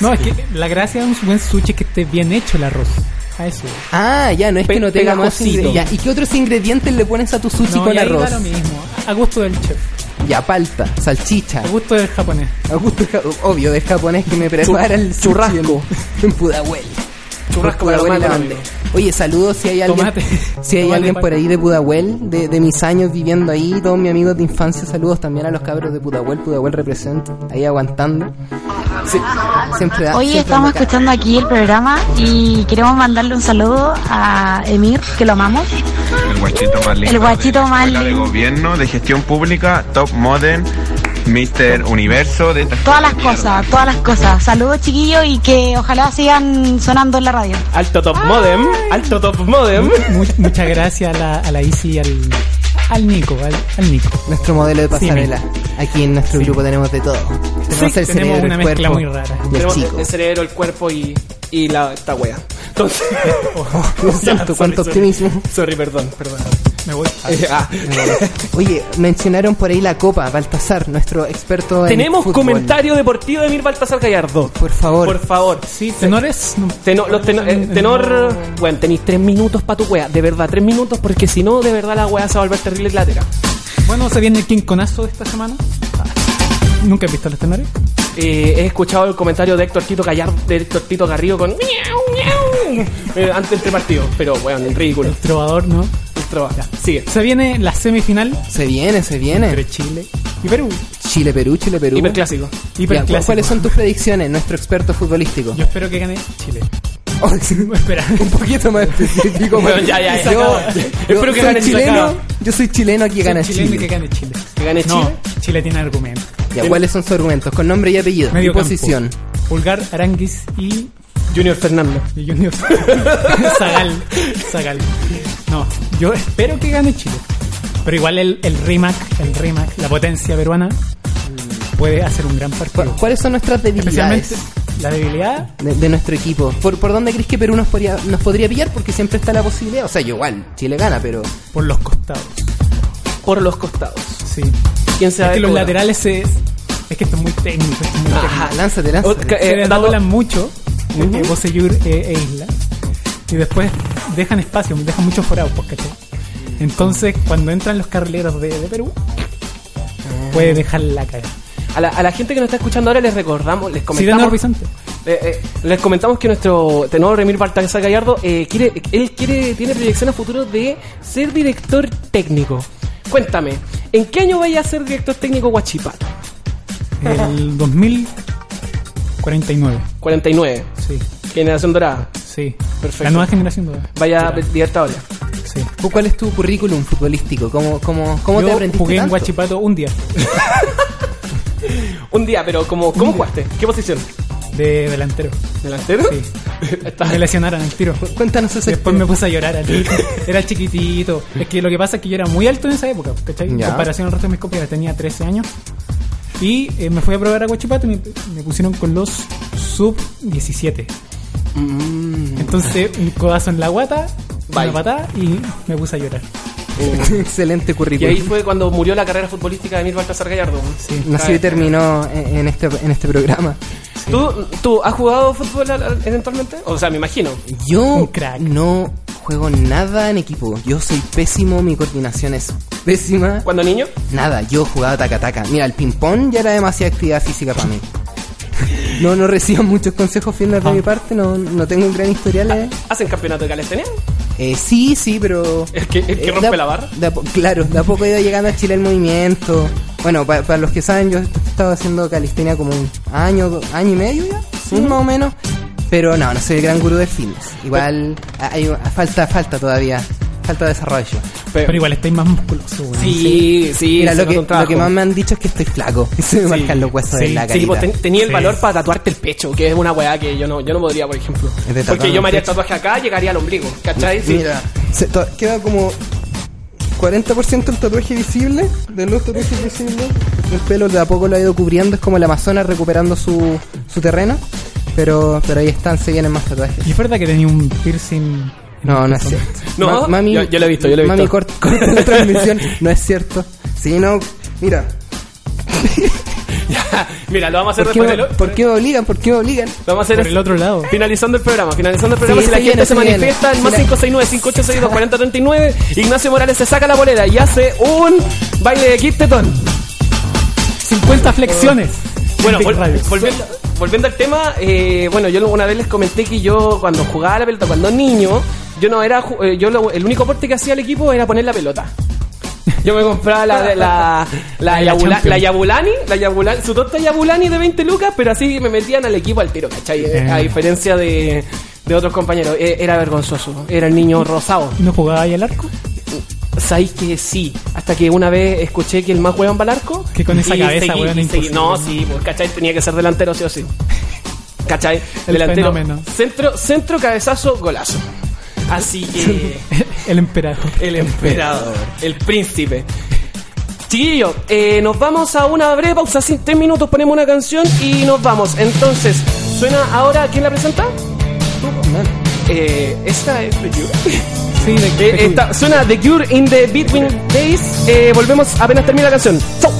No, es que la gracia de un buen sushi es que esté bien hecho el arroz. A eso. Ah, ya, no es Pe- que no tenga más pegajosito. ingredientes. Ya, ¿Y qué otros ingredientes le pones a tu sushi No, con y ahí arroz? da lo mismo. A gusto del chef. Ya, palta, salchicha. A gusto del japonés. A gusto ja- obvio del japonés que me prepara el sushi churrasco. En, en Pudahuel. Churrasco para lo Pudahuel malo, grande. amigo. Oye, saludos si hay alguien, Tomate. si hay Tomate alguien por palta. ahí de Pudahuel, de, de mis años viviendo ahí, todos mis amigos de infancia, saludos también a los cabros de Pudahuel, Pudahuel representa, ahí aguantando. Sí, siempre da- Hoy siempre estamos anda acá. escuchando aquí el programa y queremos mandarle un saludo a Emir, que lo amamos. El guachito más lindo. El guachito de la más Escuela de lindo. gobierno. Gobierno de gestión pública, top modern, Mister Universo de Todas las cosas, todas las cosas. Saludos chiquillos y que ojalá sigan sonando en la radio. Alto Top Modem, Alto Top Modem. muchas gracias a la, a la Isi y al, al Nico, al, al Nico. Nuestro modelo de Sí, pasarela. Aquí en nuestro grupo tenemos de todo. Tenemos Sí, el tenemos cerebro, una el mezcla cuerpo muy rara. y el Tenemos chico. el cerebro, el cuerpo y, y la, esta wea. Entonces. Dios santo, cuánto optimismo. Sorry, perdón, perdón. Me voy. Eh, ah. Oye, mencionaron por ahí la copa, Baltasar, nuestro experto en Tenemos fútbol. comentario deportivo de Emir Baltasar Gallardo. Por favor. Por favor. Sí, tenores. Teno- los teno- eh, tenor. Bueno, tenéis tres minutos para tu wea. De verdad, tres minutos, porque si no, de verdad la wea se va a volver terrible lateral. Bueno, se viene el quinconazo esta semana. ¿Nunca has visto los tenores? Eh, he escuchado el comentario de Héctor Tito Gallardo, de Héctor Tito Garrido con miau, miau, eh, antes entre partido, pero bueno, ridículo. El trovador, ¿no? El trovador, sigue. Se viene la semifinal. Se viene, se viene. Entre Chile y Perú. Chile, Perú, Chile, Perú. Hiperclásico. Ya, Hiperclásico. ¿Cuáles son tus predicciones, nuestro experto futbolístico? Yo espero que gane Chile. Oh, sí, espera. Un poquito más específico. Bueno, más- ya, ya, ya. Se Yo, acaba. yo Espero que soy gane Chile, chileno. acaba. Yo soy chileno aquí Soy gana chileno Chile. que gane Chile. Que gane No, Chile. Chile tiene argumento. Ya, ¿Cuáles son sus argumentos? Con nombre y apellido. Y Medio campo. posición. Pulgar, Aranguis y Junior Fernando. Y Junior. Zagal. Zagal. No, yo espero que gane Chile. Pero igual el, el RIMAC, el RIMAC, la potencia peruana, puede hacer un gran partido. ¿Cuáles son nuestras debilidades? Especialmente la debilidad. De, de nuestro equipo. ¿Por, por dónde crees que Perú nos podría, nos podría pillar? Porque siempre está la posibilidad. O sea, yo igual, Chile gana, pero. Por los costados. Por los costados. Sí. ¿Quién se va es a que los cobrar? laterales se- es que esto es muy técnico. esto es muy Ajá, técnico. lánzate, lánzate. Se eh, les doblan mucho. Eh, Ujú. eh, Bocellur eh, e Isla. Y después dejan espacio, dejan muchos forados, pues, ¿cachai? Entonces, cuando entran los carrileros de, de Perú, Ah. puede dejar la caga. A la, a la gente que nos está escuchando ahora les recordamos, les Sí, Leonardo comentamos. Vicente. eh, eh, les comentamos que nuestro tenor Emir Baltasar Gallardo eh, quiere, él quiere, tiene proyección a futuro de ser director técnico. Cuéntame, ¿en qué año vaya a ser director técnico Guachipato? El 2049. 49. Sí. Generación Dorada. Sí. Perfecto. La nueva generación dorada. Vaya a Libertadores. Sí. ¿Cu- ¿Cuál es tu currículum futbolístico? ¿Cómo, cómo, cómo Yo te aprendiste jugué en tanto? Guachipato un día. Un día, pero como, ¿cómo jugaste? ¿Qué posición? De delantero. ¿Delantero? Sí. Me lesionaron el tiro. Cuéntanos eso. Después me puse a llorar. al- Era chiquitito. Es que lo que pasa es que yo era muy alto en esa época, ¿cachai? En Ya. comparación al resto de mis compañeros, tenía 13 años. Y eh, me fui a probar a Guachipato y me, me pusieron con los sub 17. Mm, Entonces, un codazo en la guata, Bye. una patada y me puse a llorar. Eh. Excelente Y currículum. ahí fue cuando murió la carrera futbolística de Emir Baltasar Gallardo. Sí. Nació y terminó en, en este, en este programa. ¿Tú, ¿Tú has jugado fútbol al- al- eventualmente? O sea, me imagino. Yo no juego nada en equipo. Yo soy pésimo, mi coordinación es pésima. ¿Cuando niño? Nada, yo jugaba taca-taca. Mira, el ping-pong ya era demasiada actividad física para mí. No, no recibo muchos consejos fieles de Ah. mi parte, no, no tengo un gran historial. eh. ¿Hacen campeonato de calistenia? Eh, sí, sí, pero... ¿El que, el que Eh, rompe de a- la barra? de a po- claro, de a poco he ido llegando a Chile el movimiento. Bueno, pa- para los que saben, yo he estado haciendo calistenia como un año, do- año y medio ya, sí, más o menos. Pero no, no soy el gran gurú del fitness. Igual a- hay, a- falta, falta todavía. Falta desarrollo. Pero, igual estáis más musculoso, güey. Sí, sí, Mira, se lo nota que, un trabajo. lo que más me han dicho es que estoy flaco. Y se me marcan los huesos de Sí, la sí, carita. pues, ten- tenía el Sí. valor para tatuarte el pecho, que es una weá que yo no, yo no podría, por ejemplo. Es Porque de tatuar yo me el haría el pecho. tatuaje acá, llegaría al ombligo, ¿cachai? Sí. Mira, se to- queda como 40% el tatuaje visible, de los tatuajes visibles. El pelo de a poco lo ha ido cubriendo, es como el Amazonas recuperando su, su terreno. Pero, pero ahí están, se vienen más tatuajes. ¿Y es verdad que tenía un piercing? No, no es cierto. No, Ma- mami, yo, yo lo he visto, yo lo he visto. Mami, corta corta la transmisión. No es cierto. Si no, mira. Mira, lo vamos a hacer ¿Por qué, después de me, lo... lo ¿Por qué me obligan? ¿Por qué me obligan? vamos a hacer Por el otro lado. Finalizando el programa, finalizando el programa, Sí, si la se gente viene, se se viene. manifiesta, el Si más la- 569-5862-4039, Ignacio Morales se saca la bolera y hace un baile de kit tetón. 50 flexiones. Bueno, Big vol- Radio. volviendo, volviendo al tema, eh, bueno, yo una vez les comenté que yo cuando jugaba la pelota, cuando niño, yo no era, ju- eh, yo lo- el único aporte que hacía al equipo era poner la pelota. Yo me compraba la la la, la, La de la Yabula- Champions. la Yabulani, la Yabulani, su torta Yabulani de 20 lucas, pero así me metían al equipo al tiro, ¿cachai? Eh, A diferencia de, e, de otros compañeros. Eh, Era vergonzoso, era el niño rosado. ¿No jugaba ahí al arco? ¿Sabéis que sí? Hasta que una vez escuché que el más hueón va al arco. Que con esa y cabeza, seguí, hueón, y seguí. imposible. No, sí, pues, ¿cachai? Tenía que ser delantero, sí o sí. ¿Cachai? El delantero. fenómeno. Centro, centro, cabezazo, golazo. Así que. El emperador. El emperador. El príncipe. Chiquillo, eh, nos vamos a una breve pausa, así, tres minutos, ponemos una canción y nos vamos. Entonces, suena ahora, ¿quién la presenta? Eh, esta es The Cure. Sí, The Cure. Eh, suena The Cure in the Between Days. Eh, volvemos apenas termina la canción. Chau.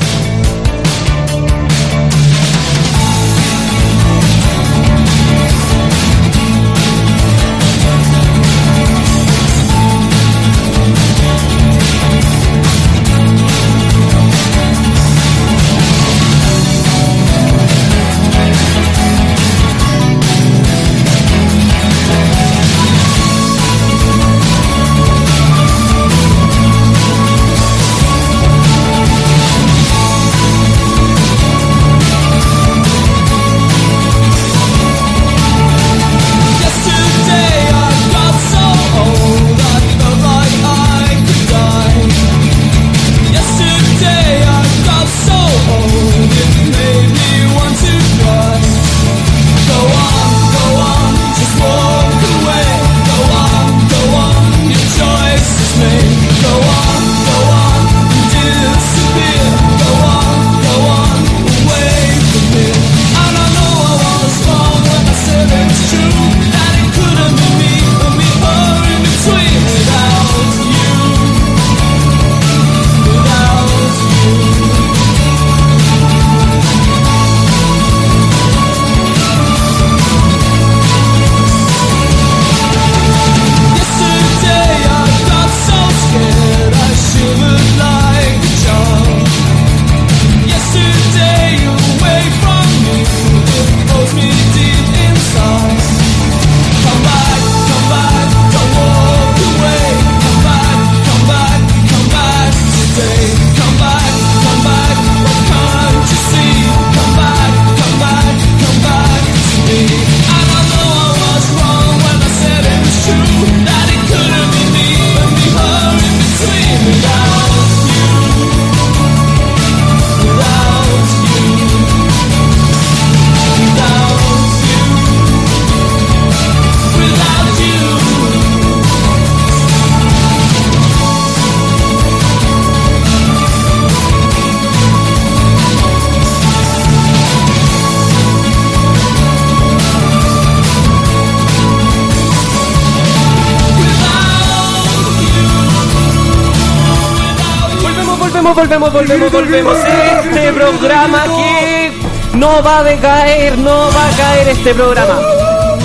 Volvemos, volvemos, volvemos, volvemos, volvemos. Este programa que no va a decaer, no va a caer este programa.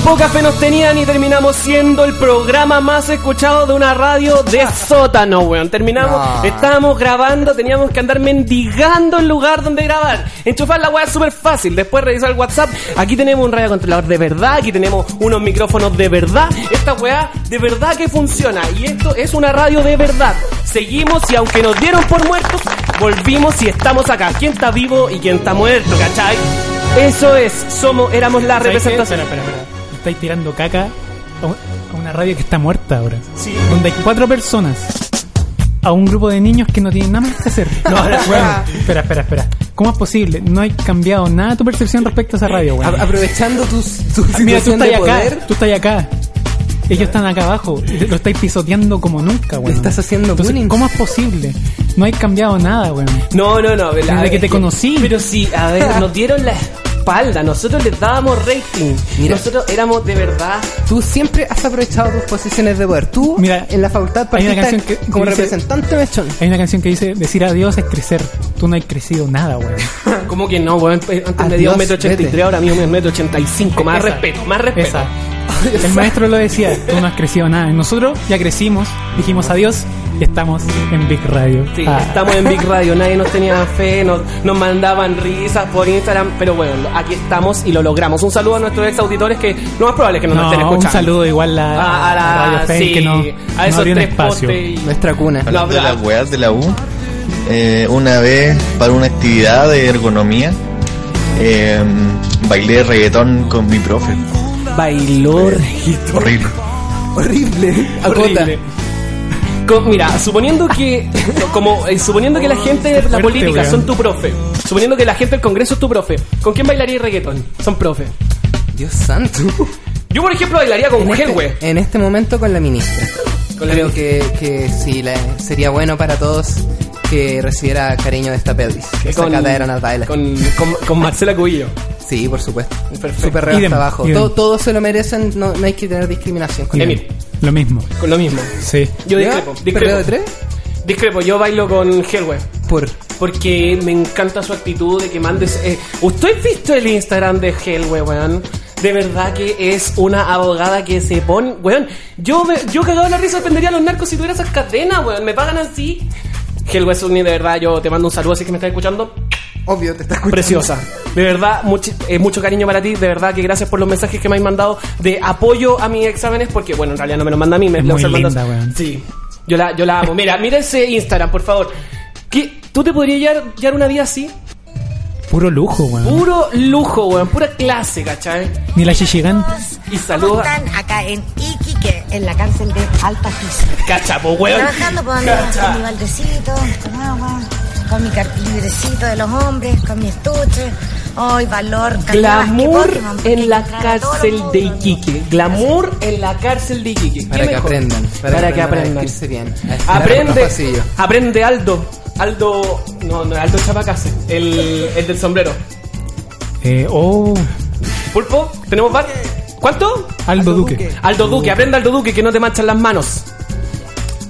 Poca fe nos tenían y terminamos siendo el programa más escuchado de una radio de sótano, weón. Terminamos, No. estábamos grabando, teníamos que andar mendigando el lugar donde grabar. Enchufar la weá es súper fácil, después revisar el WhatsApp. Aquí tenemos un radiocontrolador de verdad, aquí tenemos unos micrófonos de verdad. Esta weá de verdad que funciona y esto es una radio de verdad. Seguimos y aunque nos dieron por muertos, volvimos y estamos acá. ¿Quién está vivo y quién está muerto, cachai? Eso es, somos, éramos Ah, la ¿Sabes qué? representación. Espera, espera, espera. Estáis tirando caca a- a una radio que está muerta ahora. Sí. Donde hay cuatro personas. A un grupo de niños que no tienen nada más que hacer. No, no. Bueno, espera, espera, espera. ¿Cómo es posible? No hay cambiado nada tu percepción respecto a esa radio, weón. A- aprovechando tus, tu Mira, tú situación estás de acá, poder. tú estás acá. Ellos están acá abajo. y te- Lo estáis pisoteando como nunca, weón. estás haciendo Entonces, ¿Cómo es posible? No hay cambiado nada, weón. No, no, no. Desde a ver, que te es conocí. Pero sí, a ver, nos dieron la espalda. Nosotros les dábamos rating. Nosotros éramos de verdad. Tú siempre has aprovechado tus posiciones de poder. Tú, en la facultad, Hay una partiste canción que como dice- representante mechón. Hay una canción que dice, decir adiós es crecer. Tú no has crecido nada, weón. ¿Cómo que no, weón? Antes me dio Adiós, un metro ochenta y vete. tres, ahora mismo un metro ochenta y cinco. Más Esa. respeto, más respeto. Esa. El maestro lo decía, tú no has crecido nada. Nosotros ya crecimos, dijimos adiós y estamos en Big Radio. Sí, Ah. estamos en Big Radio, nadie nos tenía fe, nos, nos mandaban risas por Instagram, pero bueno, aquí estamos y lo logramos. Un saludo a nuestros ex auditores que lo más probable es que no, nos estén No, escuchando. un saludo igual a, A- a la- Radio Fake sí, que no, a esos no abrió un tres espacio. postes y- Nuestra cuna. Hablando de las weas de la U, eh, una vez para una actividad de ergonomía, eh, bailé reggaetón con mi profe. Bailó Horrible. Horrible. Acota. co- mira, suponiendo que como eh, suponiendo que la gente de la fuerte, política weón. son tu profe, suponiendo que la gente del Congreso es tu profe, ¿con quién bailaría reggaetón? Son profe. Dios santo. Yo Oh, por ejemplo bailaría con mujer, güey. En este momento con la ministra. Creo que, que sí, la- sería bueno para todos que recibiera cariño de esta pelvis. Esa con- cadera nos baila. Con, con, con Marcela Cubillo. Sí, por supuesto. Súper re Idem, hasta abajo. idem. To- todos se lo merecen, no, no hay que tener discriminación. con Emil. eso. Eh, Lo mismo. Con lo mismo. Sí. Yo ¿Ya? discrepo. discrepo. ¿Perreo de tres? Discrepo, yo bailo con Hellway. Por. Porque me encanta su actitud de que mandes. eh, ¿Usted ha visto el Instagram de Hellway, weón? De verdad que es una abogada que se pone. Weón, yo, me- yo cagado en la risa defendería a los narcos si tuviera esas cadenas, weón. Me pagan así. Hellway Sunny, de verdad, yo te mando un saludo, así que me estás escuchando. Obvio, te estás escuchando. Preciosa. De verdad, muchi- eh, mucho cariño para ti. De verdad que gracias por los mensajes que me has mandado de apoyo a mis exámenes. Porque, bueno, en realidad no me los manda a mí, me Es los muy manda- linda, weón. Sí. Yo la, yo la amo. Mira, mira ese Instagram, por favor. ¿Qué- ¿Tú te podrías llevar, llevar una vida así? Puro lujo, weón. Puro lujo, weón. Pura clase, ¿cachai? Ni la Shishigan. Y ¿Cómo saludos. a- están acá en Iquique, en la cárcel de Alta Pisa? Cacha, po, weón. Trabajando por donde Cacha. con mi baldecito, con agua, con mi car- librecito de los hombres, con mi estuche. Hoy valor, calidad, Glamour basquetbol, que en la encontrar a todo el cárcel mundo, de Iquique. Glamour en la cárcel de Iquique. ¿Qué Para que mejor? aprendan. Para, que a aprendan. vestirse bien. Aprende, Pasillo. aprende Aldo. Aldo, no, no, Aldo Chapacase, el, el del sombrero. Eh, oh, Pulpo, ¿tenemos bar? ¿Cuánto? Aldo Duque. Aldo Duque, aprende Aldo Duque que no te manchan las manos.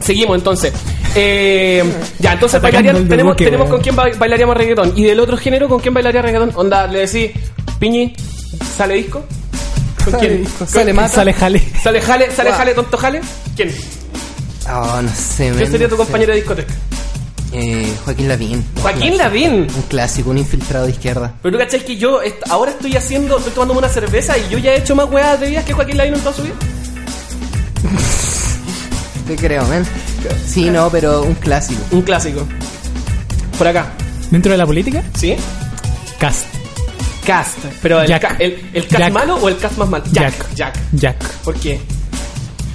Seguimos entonces. Eh, ya, entonces Atacando bailarían- Aldo tenemos, Duque, tenemos weón. con quién ba- bailaríamos reggaetón. Y del otro género, ¿con quién bailaría reggaetón? Onda, le decís, Piñi, ¿sale disco? ¿Con Sale quién? disco, ¿Con- sale mata. sale jale. ¿Sale jale, sale Guau. jale, tonto jale? ¿Quién? Oh, no sé, Yo men, sería no tu sé. compañero de discoteca. Eh, Joaquín Lavín. Joaquín Lavín. Un clásico, un infiltrado de izquierda. Pero tú cachai que yo est- ahora estoy haciendo, estoy tomándome una cerveza y yo ya he hecho más hueás de vidas que Joaquín Lavín en toda su vida. Te creo, men. Sí, no, pero un clásico. Un clásico. Por acá. ¿Dentro de la política? ¿Sí? Cast. Cast. Pero el, Jack. ca- el, el cast Jack. malo o el cast más malo? Jack. Jack. Jack. ¿Por qué?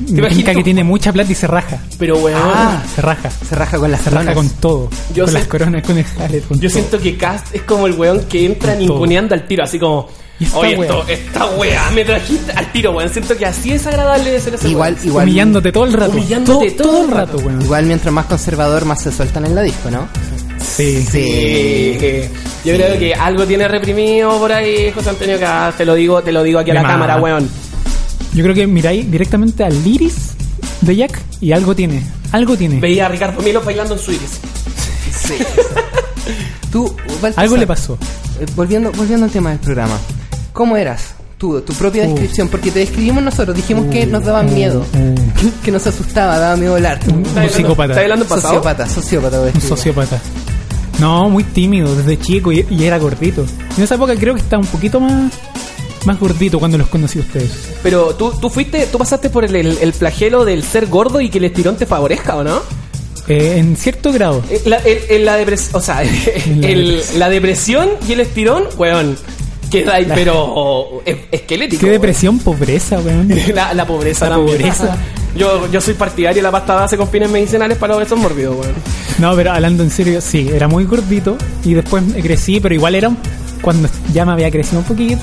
Me imaginas imagino tú? que tiene mucha plata y se raja. Pero weón. Ah, Se raja. se raja con las Se raja coronas. con todo. Yo con sé- las coronas, con el jale, con Yo todo. siento que Cast es como el weón que entra Con todo. ninguneando al tiro, así como. Y esta Oye, wea. esto, esta wea me trajiste al tiro, weón. Siento que así es agradable de ser ese Igual, weón. igual. Humillándote todo el rato. Humillándote todo, todo el rato, weón. Igual mientras más conservador, más se sueltan en la disco, ¿no? Sí. Sí. Eh, yo creo que algo tiene reprimido por ahí, José Antonio Cast. Te lo digo, te lo digo aquí a De la más. cámara, weón. Yo creo que miráis directamente al iris de Jack y algo tiene. Algo tiene. Veía a Ricardo Milo bailando en su iris. Sí. Tú, Baltasar, algo le pasó. eh, volviendo, volviendo al tema del programa. ¿Cómo eras? Tú, tu propia Uh. descripción, porque te describimos nosotros, dijimos que nos daban miedo, Uh. que, que nos asustaba, daba miedo hablar. Un psicópata. ¿Estás hablando en pasado? Sociópata, sociópata. lo Un describimos. sociópata. No, muy tímido desde chico y, y era gordito. En esa época creo que estaba un poquito más, más gordito cuando los conocí a ustedes. Pero tú, tú fuiste, tú pasaste por el, el- el flagelo del ser gordo y que el estirón te favorezca, ¿o no? Eh, en cierto grado. Eh, La, el- el- la depresión, o sea, la el- la depresión y el estirón, weón, queda ahí, pero oh, es- esquelético. Qué weón. depresión, pobreza, weón. La, la pobreza, La también. pobreza. Yo, yo soy partidario de la pasta base con fines medicinales para obesos mórbidos, weón. No, pero hablando en serio, sí, era muy gordito y después crecí, pero igual era, un- cuando ya me había crecido un poquito,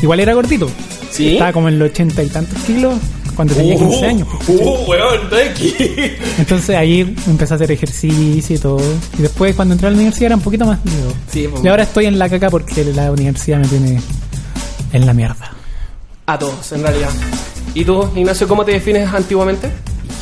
igual era gordito. ¿Sí? Oh. Estaba como en los ochenta y tantos kilos cuando tenía 15 años. pues. Uh, weón, tranqui. Entonces ahí empecé a hacer ejercicio y todo. Y después cuando entré a la universidad era un poquito más tímido. Sí, pues. y ahora estoy en la caca porque la universidad me tiene en la mierda. A todos, en realidad. ¿Y tú, Ignacio, cómo te defines antiguamente?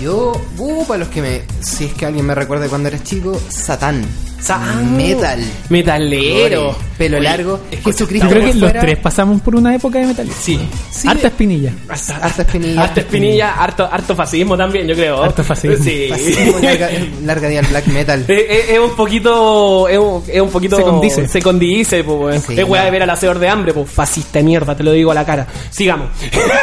Yo, uh, para los que me. Si es que alguien me recuerda cuando eras chico, Satán. Ah. Satán. Metal. Metalero. Pelo Oye, largo. es que Jesucristo. Yo creo que por los fuera, tres pasamos por una época de metal. Sí. Sí, Harta de- espinilla. Hasta, Harta espinilla. Harta espinilla, harto, harto fascismo también, yo creo. Harto fascismo. Sí. Fascismo, larga, larga día al black metal. Es- Es es un poquito. Es un, es un poquito. Se condice. Se condice, po, weón. Sí, es weá no. de ver al hacedor de hambre, pues. Fascista de mierda, te lo digo a la cara. Sigamos.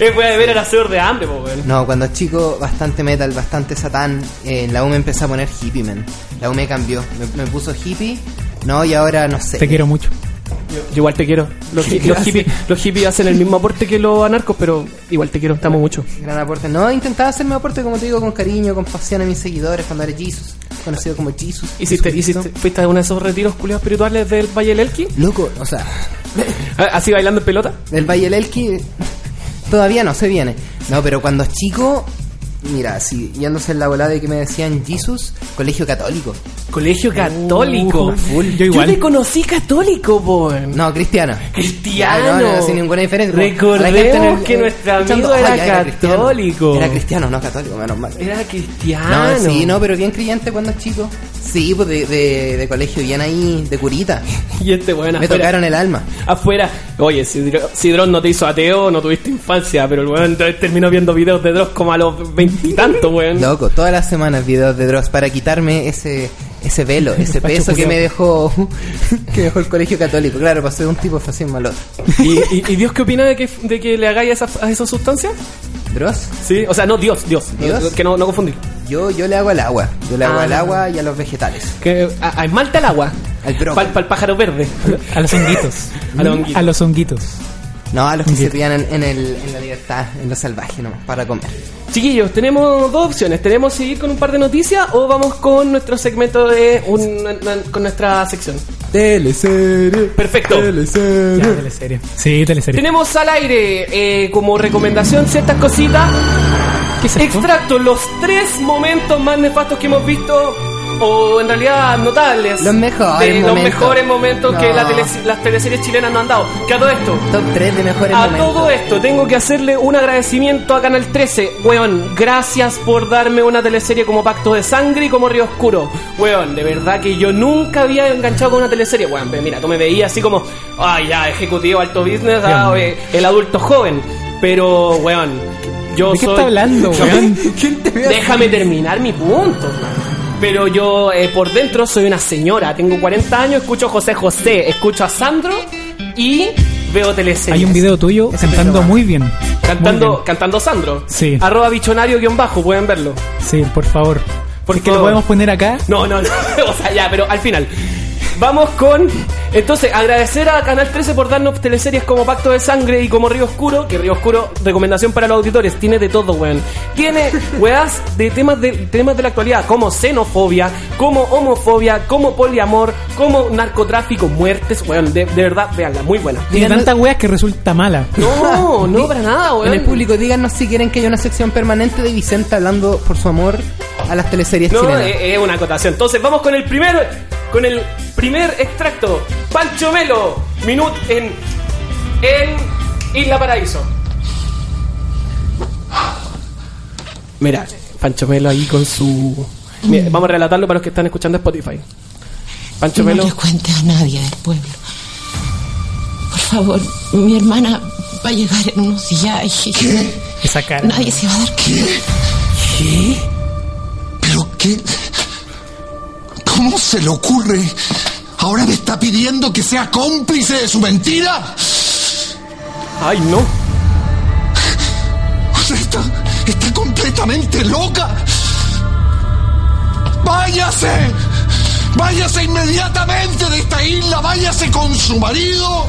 es weá de ver al hacedor de hambre, po, weón. No, cuando chico, bastante metal, bastante satán. eh, en la U me empecé a poner hippie, man. La U me cambió. Me, me puso hippie. No, y ahora no sé. Te quiero mucho. Yo igual te quiero. Los, hi- los hippies, los hippies hacen el mismo aporte que los anarcos, pero igual te quiero, estamos mucho. Gran aporte. No, intentaba hacerme aporte, como te digo, con cariño, con pasión a mis seguidores cuando era Jesus. Conocido como Jesus. ¿Hiciste, hiciste, ¿Fuiste a uno de esos retiros culiados espirituales del Valle del Elqui? Loco, o sea. ¿Ah, ¿Así bailando en pelota? Del Valle del Elqui todavía no se viene. No, pero cuando chico, mira, si yéndose en la volada de que me decían Jesus, colegio católico. Colegio católico. Uh, full. Yo igual. te conocí católico, po. No, cristiano. Cristiano. No, no, sin ninguna diferencia. La gente en Recordemos el- que eh, nuestro amigo escuchando, "Ay, era ya, era cristiano". católico. Era cristiano, no católico, menos mal. Era cristiano. No, sí, no, pero bien creyente cuando chico. Sí, pues de, de, de colegio, bien ahí, de curita. Y este bueno, Me tocaron el alma. Afuera. Oye, si, Dro- si Dross no te hizo ateo, no tuviste infancia, pero el weón te- terminó viendo videos de Dross como a los veintitantos, weón. Loco, todas las semanas videos de Dross para quitarme ese ese velo, ese Pacho peso que culiao. me dejó que me dejó el colegio católico. Claro, pasé de un tipo fácil malo. ¿Y, y, y Dios qué opina de que, de que le hagáis a esas, a esas sustancias? ¿Dross? Sí, o sea, no, Dios, Dios. ¿Dios? Que no, no confundir. Yo, yo le hago al agua. Yo le hago Ah. al agua y a los vegetales. Que, a, a esmalte al agua. Al Para el pájaro verde. A los honguitos. A los honguitos. A los honguitos. No, a los que se pillan en, en el, en la libertad, en lo salvaje nomás, para comer. Chiquillos, tenemos dos opciones. ¿Tenemos seguir con un par de noticias o vamos con nuestro segmento de. un- con nuestra sección? Teleserie. Perfecto. Teleserie. Ya, teleserie. Sí, teleserie. Tenemos al aire eh, como recomendación ciertas cositas. Extracto, los tres momentos más nefastos que hemos visto, o en realidad notables. Los mejores de Los momentos. mejores momentos que No. la tele- las teleseries chilenas nos han dado. Que a todo esto. Top 3 de mejores A momentos. todo esto tengo que hacerle un agradecimiento a Canal 13. Weón, gracias por darme una teleserie como Pacto de Sangre y como Río Oscuro. Weón, de verdad que yo nunca había enganchado con una teleserie. Weón, ve, mira, tú me veías así como, ay, ya, ejecutivo, alto business, ah, eh, el adulto joven. Pero, weón, yo ¿De qué soy- está hablando, weón? Déjame terminar mi punto. Pero yo eh, por dentro soy una señora, tengo 40 años, escucho a José José, escucho a Sandro y veo teleseries. Hay un video tuyo cantando muy bien. Muy Cantando, bien. cantando Sandro. Sí. Arroba bichonario guión bajo, pueden verlo. Sí, por favor. Porque favor. lo podemos poner acá. No, no, no. O sea, ya, pero al final. Vamos con. Entonces, agradecer a Canal 13 por darnos teleseries como Pacto de Sangre y como Río Oscuro. Que Río Oscuro, recomendación para los auditores, tiene de todo, weón. Tiene weas de temas de, temas de la actualidad, como xenofobia, como homofobia, como poliamor, como narcotráfico, muertes, weón. De, de verdad, veanla, muy buena. Tiene tantas weas que resulta mala. No, no, para nada, weón. En el público, díganos si quieren que haya una sección permanente de Vicente hablando por su amor a las teleseries No, eh, chilenas. es es una acotación. Entonces vamos con el primer con el primer extracto. Pancho Melo, minut en en Isla Paraíso. Mira, Pancho Melo ahí con su Mira, vamos a relatarlo para los que están escuchando Spotify. Pancho no Melo. le cuentes a nadie del pueblo. Por favor, mi hermana va a llegar en unos días y Esa cara. nadie se va a dar cuenta. ¿Qué? ¿Pero qué? ¿Cómo se le ocurre? ¿Ahora me está pidiendo que sea cómplice de su mentira? ¡Ay, no! está, está completamente loca. ¡Váyase! ¡Váyase inmediatamente de esta isla! ¡Váyase con su marido!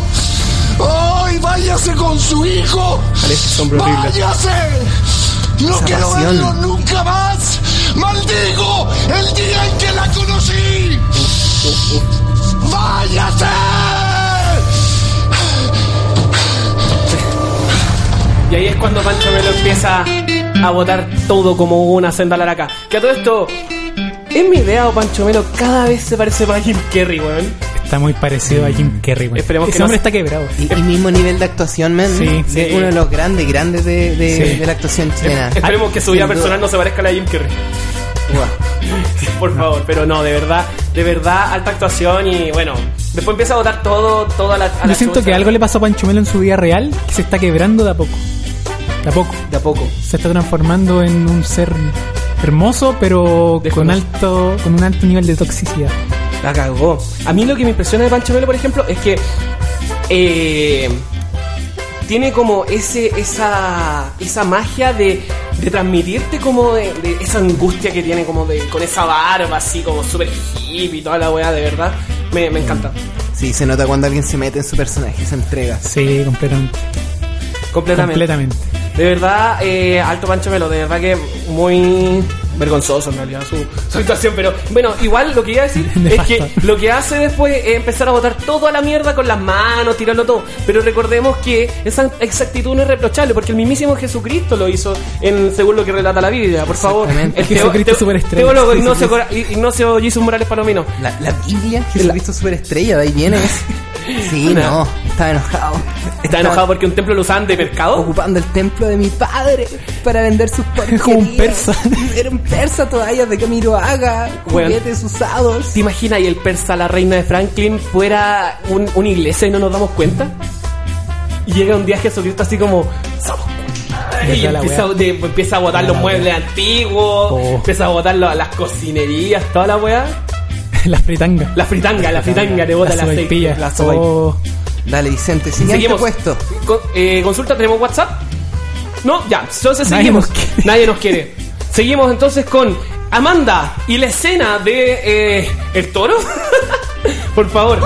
¡Ay, váyase con su hijo! Alexis, hombre horrible. ¡Váyase! ¡No Esa quiero pasión. verlo nunca más! ¡Maldigo el día en que la conocí! ¡Váyase! Y ahí es cuando Pancho Melo empieza a botar todo como una senda laraca. Que a todo esto es mi idea o Pancho Melo cada vez se parece más a Jim Carrey, weón. Está muy parecido a Jim Carrey. weón. Mm. Esperemos Ese que no hombre se- está quebrado. Y, y mismo nivel de actuación, man. Sí, De sí. Uno de los grandes, grandes de, de- Sí. de la actuación chilena. Esperemos que su vida personal no se parezca a la de Jim Carrey. Por favor, pero no, de verdad, de verdad, alta actuación y bueno, después empieza a votar todo, toda la. a la Yo siento chucha. que algo le pasó a Pancho Melo en su vida real que se está quebrando de a poco. De a poco. De a poco. Se está transformando en un ser hermoso, pero con alto con un alto nivel de toxicidad. La cagó. A mí lo que me impresiona de Pancho Melo, por ejemplo, es que eh, tiene como ese, esa, esa magia de, de transmitirte como de, de esa angustia que tiene como de, con esa barba así como super hippie y toda la weá, de verdad. Me, me encanta. Sí, se nota cuando alguien se mete en su personaje, se entrega. Sí, completamente. Completamente. Completamente. De verdad, eh, Alto Pancho Melo, de verdad que muy vergonzoso en realidad su, su situación, pero bueno, igual lo que iba a decir es Nefasto. que lo que hace después es empezar a botar todo a la mierda con las manos, tirarlo todo, pero recordemos que esa exactitud no es reprochable, porque el mismísimo Jesucristo lo hizo en, según lo que relata la Biblia, por favor. El Jesucristo superestrella. teólogo Sí, sí, Ignacio, sí. Cora- Ignacio Jesús Morales Palomino. La, la Biblia, Jesucristo superestrella, de ahí viene. Sí, Una- no, estaba enojado. Está enojado porque un templo lo usaban de mercado. Ocupando el templo de mi padre para vender sus porquerías. Como un persa. Era un persa toallas de Camiroaga, Bueno. juguetes usados. ¿Te imaginas y el persa, la reina de Franklin, fuera un- una iglesia y no nos damos cuenta? Y llega un día Jesucristo así como... "Somos culpables", Y Verdad la empieza, wea. de- empieza a botar los muebles antiguos, empieza a botar lo- las cocinerías, toda la weá. Las fritangas. La fritanga, la fritanga, te bota Las la aceite. sopaipillas. La Oh. Dale, Vicente, siguiente puesto. Con- eh, consulta, ¿tenemos WhatsApp? No, ya, entonces Nadie seguimos. Nadie nos quiere. Seguimos entonces con Amanda y la escena de eh, El Toro. Por favor,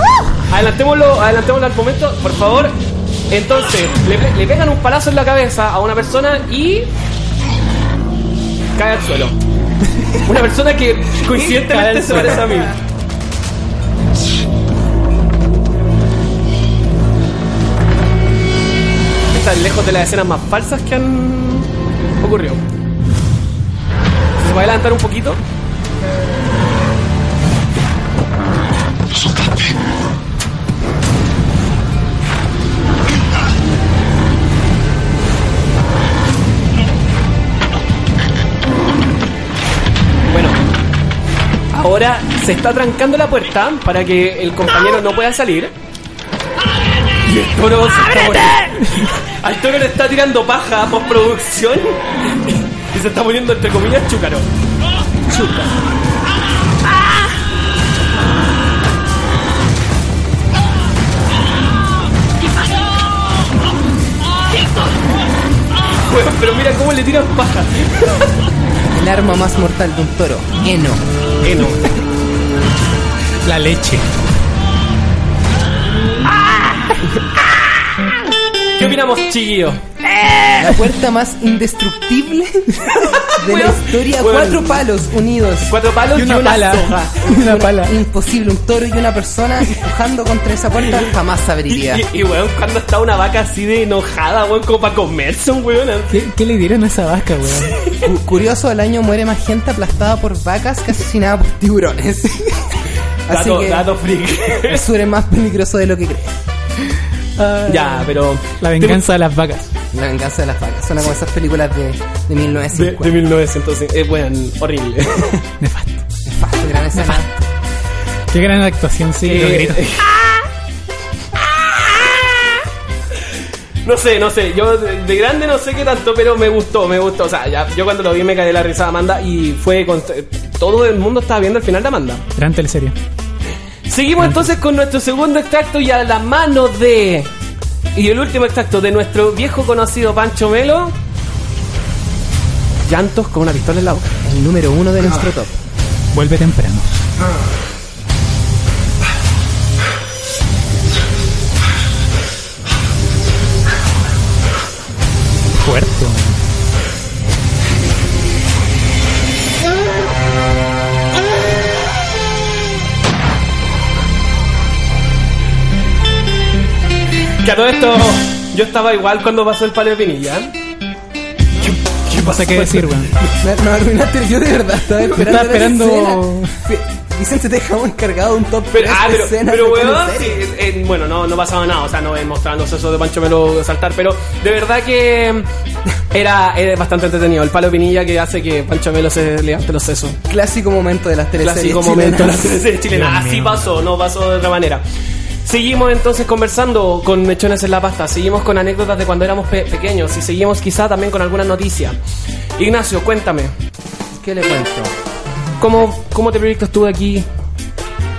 adelantémoslo, adelantémoslo al momento. Por favor, entonces, le, pe- le pegan un palazo en la cabeza a una persona y cae al suelo. Una persona que Cae coincidentemente al se parece a suelo. mí. Están lejos de las escenas más falsas que han ocurrido. ¿Se puede adelantar un poquito? Bueno, ahora se está trancando la puerta para que el compañero no pueda salir. Y el toro se está poniendo- Al toro le está tirando paja por producción y se está poniendo entre comillas chúcaro. Chúcaro. Bueno, pero mira cómo le tiran paja. El arma más mortal de un toro, heno. Heno. La leche. ¿Qué opinamos, chiquillos? La puerta más indestructible de la historia. Weón. Cuatro palos unidos. Cuatro palos y una soga. Y una pala. Imposible, un toro y una persona empujando contra esa puerta jamás se abriría. Y, y, weón, cuando está una vaca así de enojada, weón, como para comerse un weón. eh. ¿Qué, qué le dieron a esa vaca, weón? Cu- Curioso, al año muere más gente aplastada por vacas que asesinada por tiburones. Así Dato- que dato freak. el sur es más peligroso de lo que crees. Ya, pero. Ah, La venganza de las vacas. La venganza de las vacas. Suena como esas películas de, de 1950. De, de 1900, sí. es Eh, bueno, horrible. Nefasto, gran escena. Qué gran actuación, sí, Eh, los gritos. No sé, no sé, yo de, de grande no sé qué tanto, pero me gustó, me gustó. O sea, ya, yo cuando lo vi me caí de la risa de Amanda y fue. con- todo el mundo estaba viendo el final de Amanda. Gran teleserie. Seguimos entonces con nuestro segundo extracto y a la mano de. Y el último extracto de nuestro viejo conocido Pancho Melo. Llantos con una pistola en la boca. Ah. El número uno de nuestro top. Vuelve temprano. Fuerte, weón. Que a todo esto, yo estaba igual cuando pasó el palo de Pinilla. ¿Qué pasa que decir, weón? Me, me arruinaste, yo de verdad estaba esperando. Estaba esperando- la escena. Fe- Vicente te dejó encargado un top Pero, tres ah, de pero, escenas pero de weón, teleserie. sí, eh, eh, bueno, no, no pasaba nada, o sea, no eh, mostrándose eso de Pancho Melo saltar, pero de verdad que mm, era, era bastante entretenido. El palo de Pinilla que hace que Pancho Melo se levante los sesos. Clásico momento de las teleseries. Clásico chilenas. momento de la teleserie chilena. Dios Así mío. pasó, no pasó de otra manera. Seguimos entonces conversando con Mechones en la Pasta, seguimos con anécdotas de cuando éramos pe- pequeños y seguimos quizá también con alguna noticia. Ignacio, cuéntame, ¿Qué le cuento? ¿cómo, cómo te proyectas tú de aquí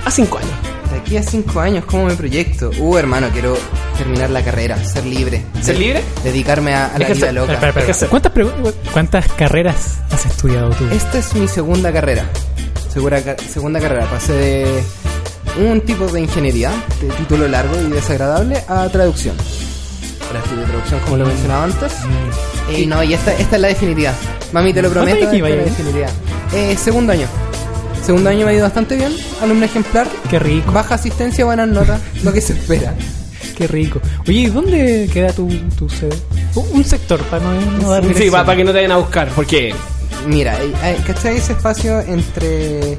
a cinco años? De aquí a cinco años, ¿cómo me proyecto? Uh, hermano, quiero terminar la carrera, ser libre. ¿Ser De- libre? Dedicarme a, a la Ejercer. vida loca. Espera, espera, espera. ¿Cuántas, pregu- ¿Cuántas carreras has estudiado tú? Esta es mi segunda carrera. Segura ca- segunda carrera. Pasé de un tipo de ingeniería de título largo y desagradable a traducción. Ahora estudié traducción como Mm. lo mencionaba antes. Y no, y esta, esta es la definitiva. Mami, te lo ¿Cuánto prometo. dije iba esta es la yo? definitiva. Eh, segundo año. Segundo año me ha ido bastante bien. Alumno ejemplar. Qué rico. Baja asistencia, buenas notas. lo que se espera. Qué rico. Oye, ¿y dónde queda tu, tu sede? Un- Un sector para no, no dar Sí, dirección. va, para que no te vayan a buscar, porque Mira, eh, eh, ¿cachai ese espacio entre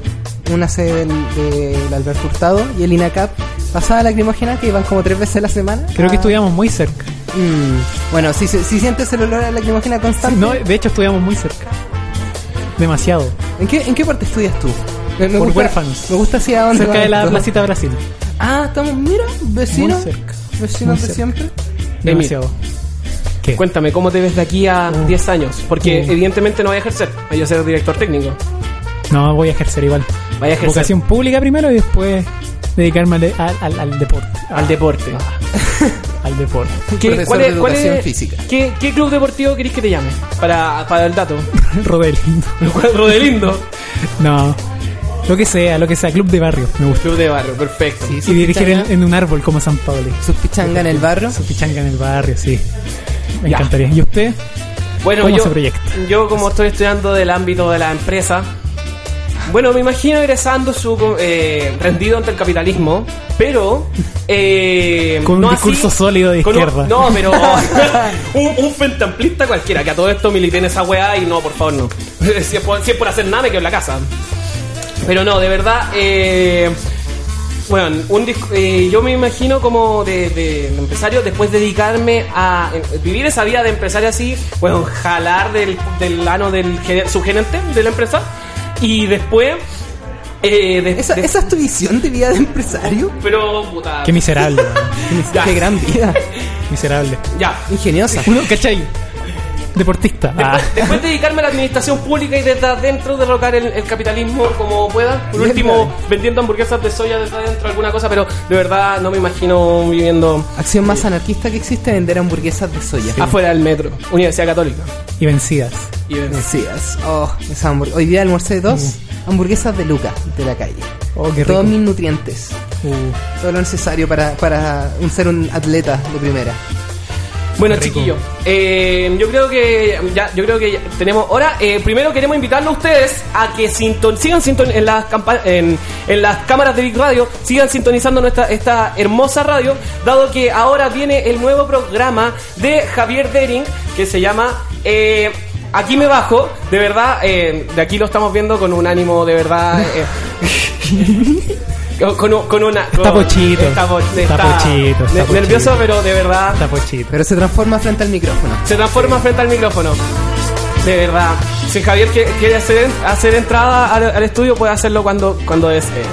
una sede del, del Alberto Hurtado y el INACAP? Pasada lacrimógena que iban como tres veces a la semana. Creo que Ah, estudiamos muy cerca. mm, bueno, si, se- si sientes el olor a lacrimógena constante. No, eh. de hecho estudiamos muy cerca. Demasiado. ¿En qué, en qué parte estudias tú? Me- me Por gusta- huérfanos. Me gusta hacia dónde. Cerca de la vas. placita Brasil. Ah, estamos, mira, vecinos. Muy cerca. Vecinos Muy de cerca. siempre. Demasiado. Cuéntame, ¿cómo te ves de aquí a 10 años? Porque Mm. evidentemente no voy a ejercer, voy a ser director técnico. No, voy a ejercer igual. Vaya a ejercer. Vocación pública primero y después dedicarme al, de- al- al- al deporte. Ah, Al deporte. al deporte. ¿Qué, cuál es- cuál es- ¿qué, qué club deportivo querés que te llame? Para, para el dato. Rodelindo. Rodelindo. No. Lo que sea, lo que sea. Club de barrio. Me gusta. Club de barrio, perfecto. Y dirigir en, en un árbol como San Pablo. ¿Sus pichanga en el barrio? Sus pichanga en el barrio, sí. Me encantaría. ¿Y usted? Bueno, ¿Cómo yo, se proyecta? yo como estoy estudiando del ámbito de la empresa, bueno, me imagino egresando su eh, rendido ante el capitalismo, pero eh, Con un no así- discurso sólido de con un- izquierda. no, pero un, un fentamplista cualquiera que a todo esto milite en esa weá y no, por favor, no. si, es por, si es por hacer nada, me quedo en la casa. Pero no, de verdad, eh, bueno, un disc- eh, yo me imagino como de, de empresario, después dedicarme a eh, vivir esa vida de empresario así, bueno, jalar del, del ano del gener- subgerente de la empresa y después... eh, de- ¿Esa, de- esa es tu visión de vida de empresario? Pero, puta... Qué miserable. man. Ya. Qué gran vida. miserable. Ya. Ingeniosa. Uno, ¿cachai? Deportista. Ah. Después de dedicarme a la administración pública y desde adentro derrocar el, el capitalismo como pueda. Por Bien, último, bien. vendiendo hamburguesas de soya desde adentro, alguna cosa, pero de verdad no me imagino viviendo Acción más anarquista que existe vender hamburguesas de soya. afuera del metro. Universidad Católica. Y vencidas. Y ver- Decías, oh, esa hamburg- hoy día almorcé dos hamburguesas de Luca de la calle. Oh, qué Todos rico. mis nutrientes, Uh, todo lo necesario para, para un, ser un atleta de primera. Bueno, chiquillo, eh, yo creo que ya, yo creo que ya tenemos. Ahora, eh, primero queremos invitarlos a ustedes a que sinton- sigan sinton- en, las campa- en, en las cámaras de Big Radio, sigan sintonizando nuestra esta hermosa radio, dado que ahora viene el nuevo programa de Javier Dering que se llama. eh, Aquí me bajo, de verdad, eh, de aquí lo estamos viendo con un ánimo de verdad. eh, con- con, un- con una. Está con- pochito. Está, po- Está pochito, está ne- pochito. nervioso, pero de verdad. está pochito. Pero se transforma frente al micrófono. Se transforma frente al micrófono. De verdad. Si Javier que- quiere hacer, hacer entrada al, al estudio, puede hacerlo cuando, cuando desee.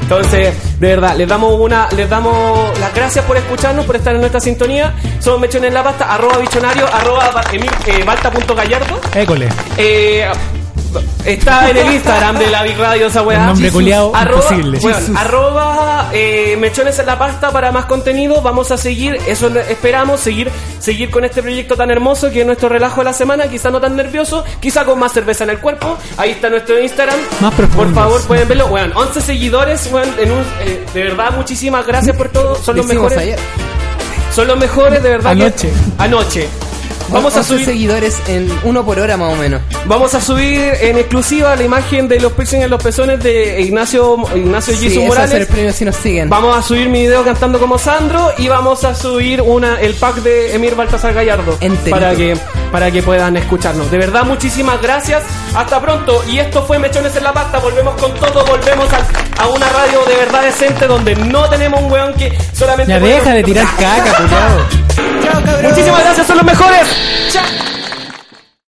Entonces, de verdad, les damos una, les damos las gracias por escucharnos, por estar en nuestra sintonía. Somos Mechones en la Pasta, arroba bichonario, arroba ba- emil- eh, balta.gallardo. École. Eh, está en el Instagram de la Big Radio esa weá. Un nombre culiao Arroba- imposible. weón, Jesus. arroba, eh, mechones en la pasta para más contenido. Vamos a seguir, eso le- esperamos, seguir, seguir con este proyecto tan hermoso que es nuestro relajo de la semana, quizá no tan nervioso, quizá con más cerveza en el cuerpo. Ahí está nuestro Instagram. Más profundos. Por favor, pueden verlo. Weón, 11 seguidores, weón, en un- eh, de verdad, muchísimas gracias por todo. Son los Decimos mejores. ayer. Son los mejores, de verdad. que- Anoche. anoche. Vamos a 11 subir. seguidores en uno por hora más o menos. Vamos a subir en exclusiva la imagen de los piercing en los pezones de Ignacio Ignacio Sí, Jesús ese va a ser el Morales. premio si nos siguen. Vamos a subir mi video cantando como Sandro y vamos a subir una el pack de Emir Baltasar Gallardo Enterito. para que para que puedan escucharnos. De verdad muchísimas gracias. Hasta pronto y esto fue Mechones en la Pasta. Volvemos con todo, volvemos al- a, una radio de verdad decente donde no tenemos un weón que solamente Ya puede- deja de tirar caca, culiao. Muchísimas gracias, son los mejores. Chao.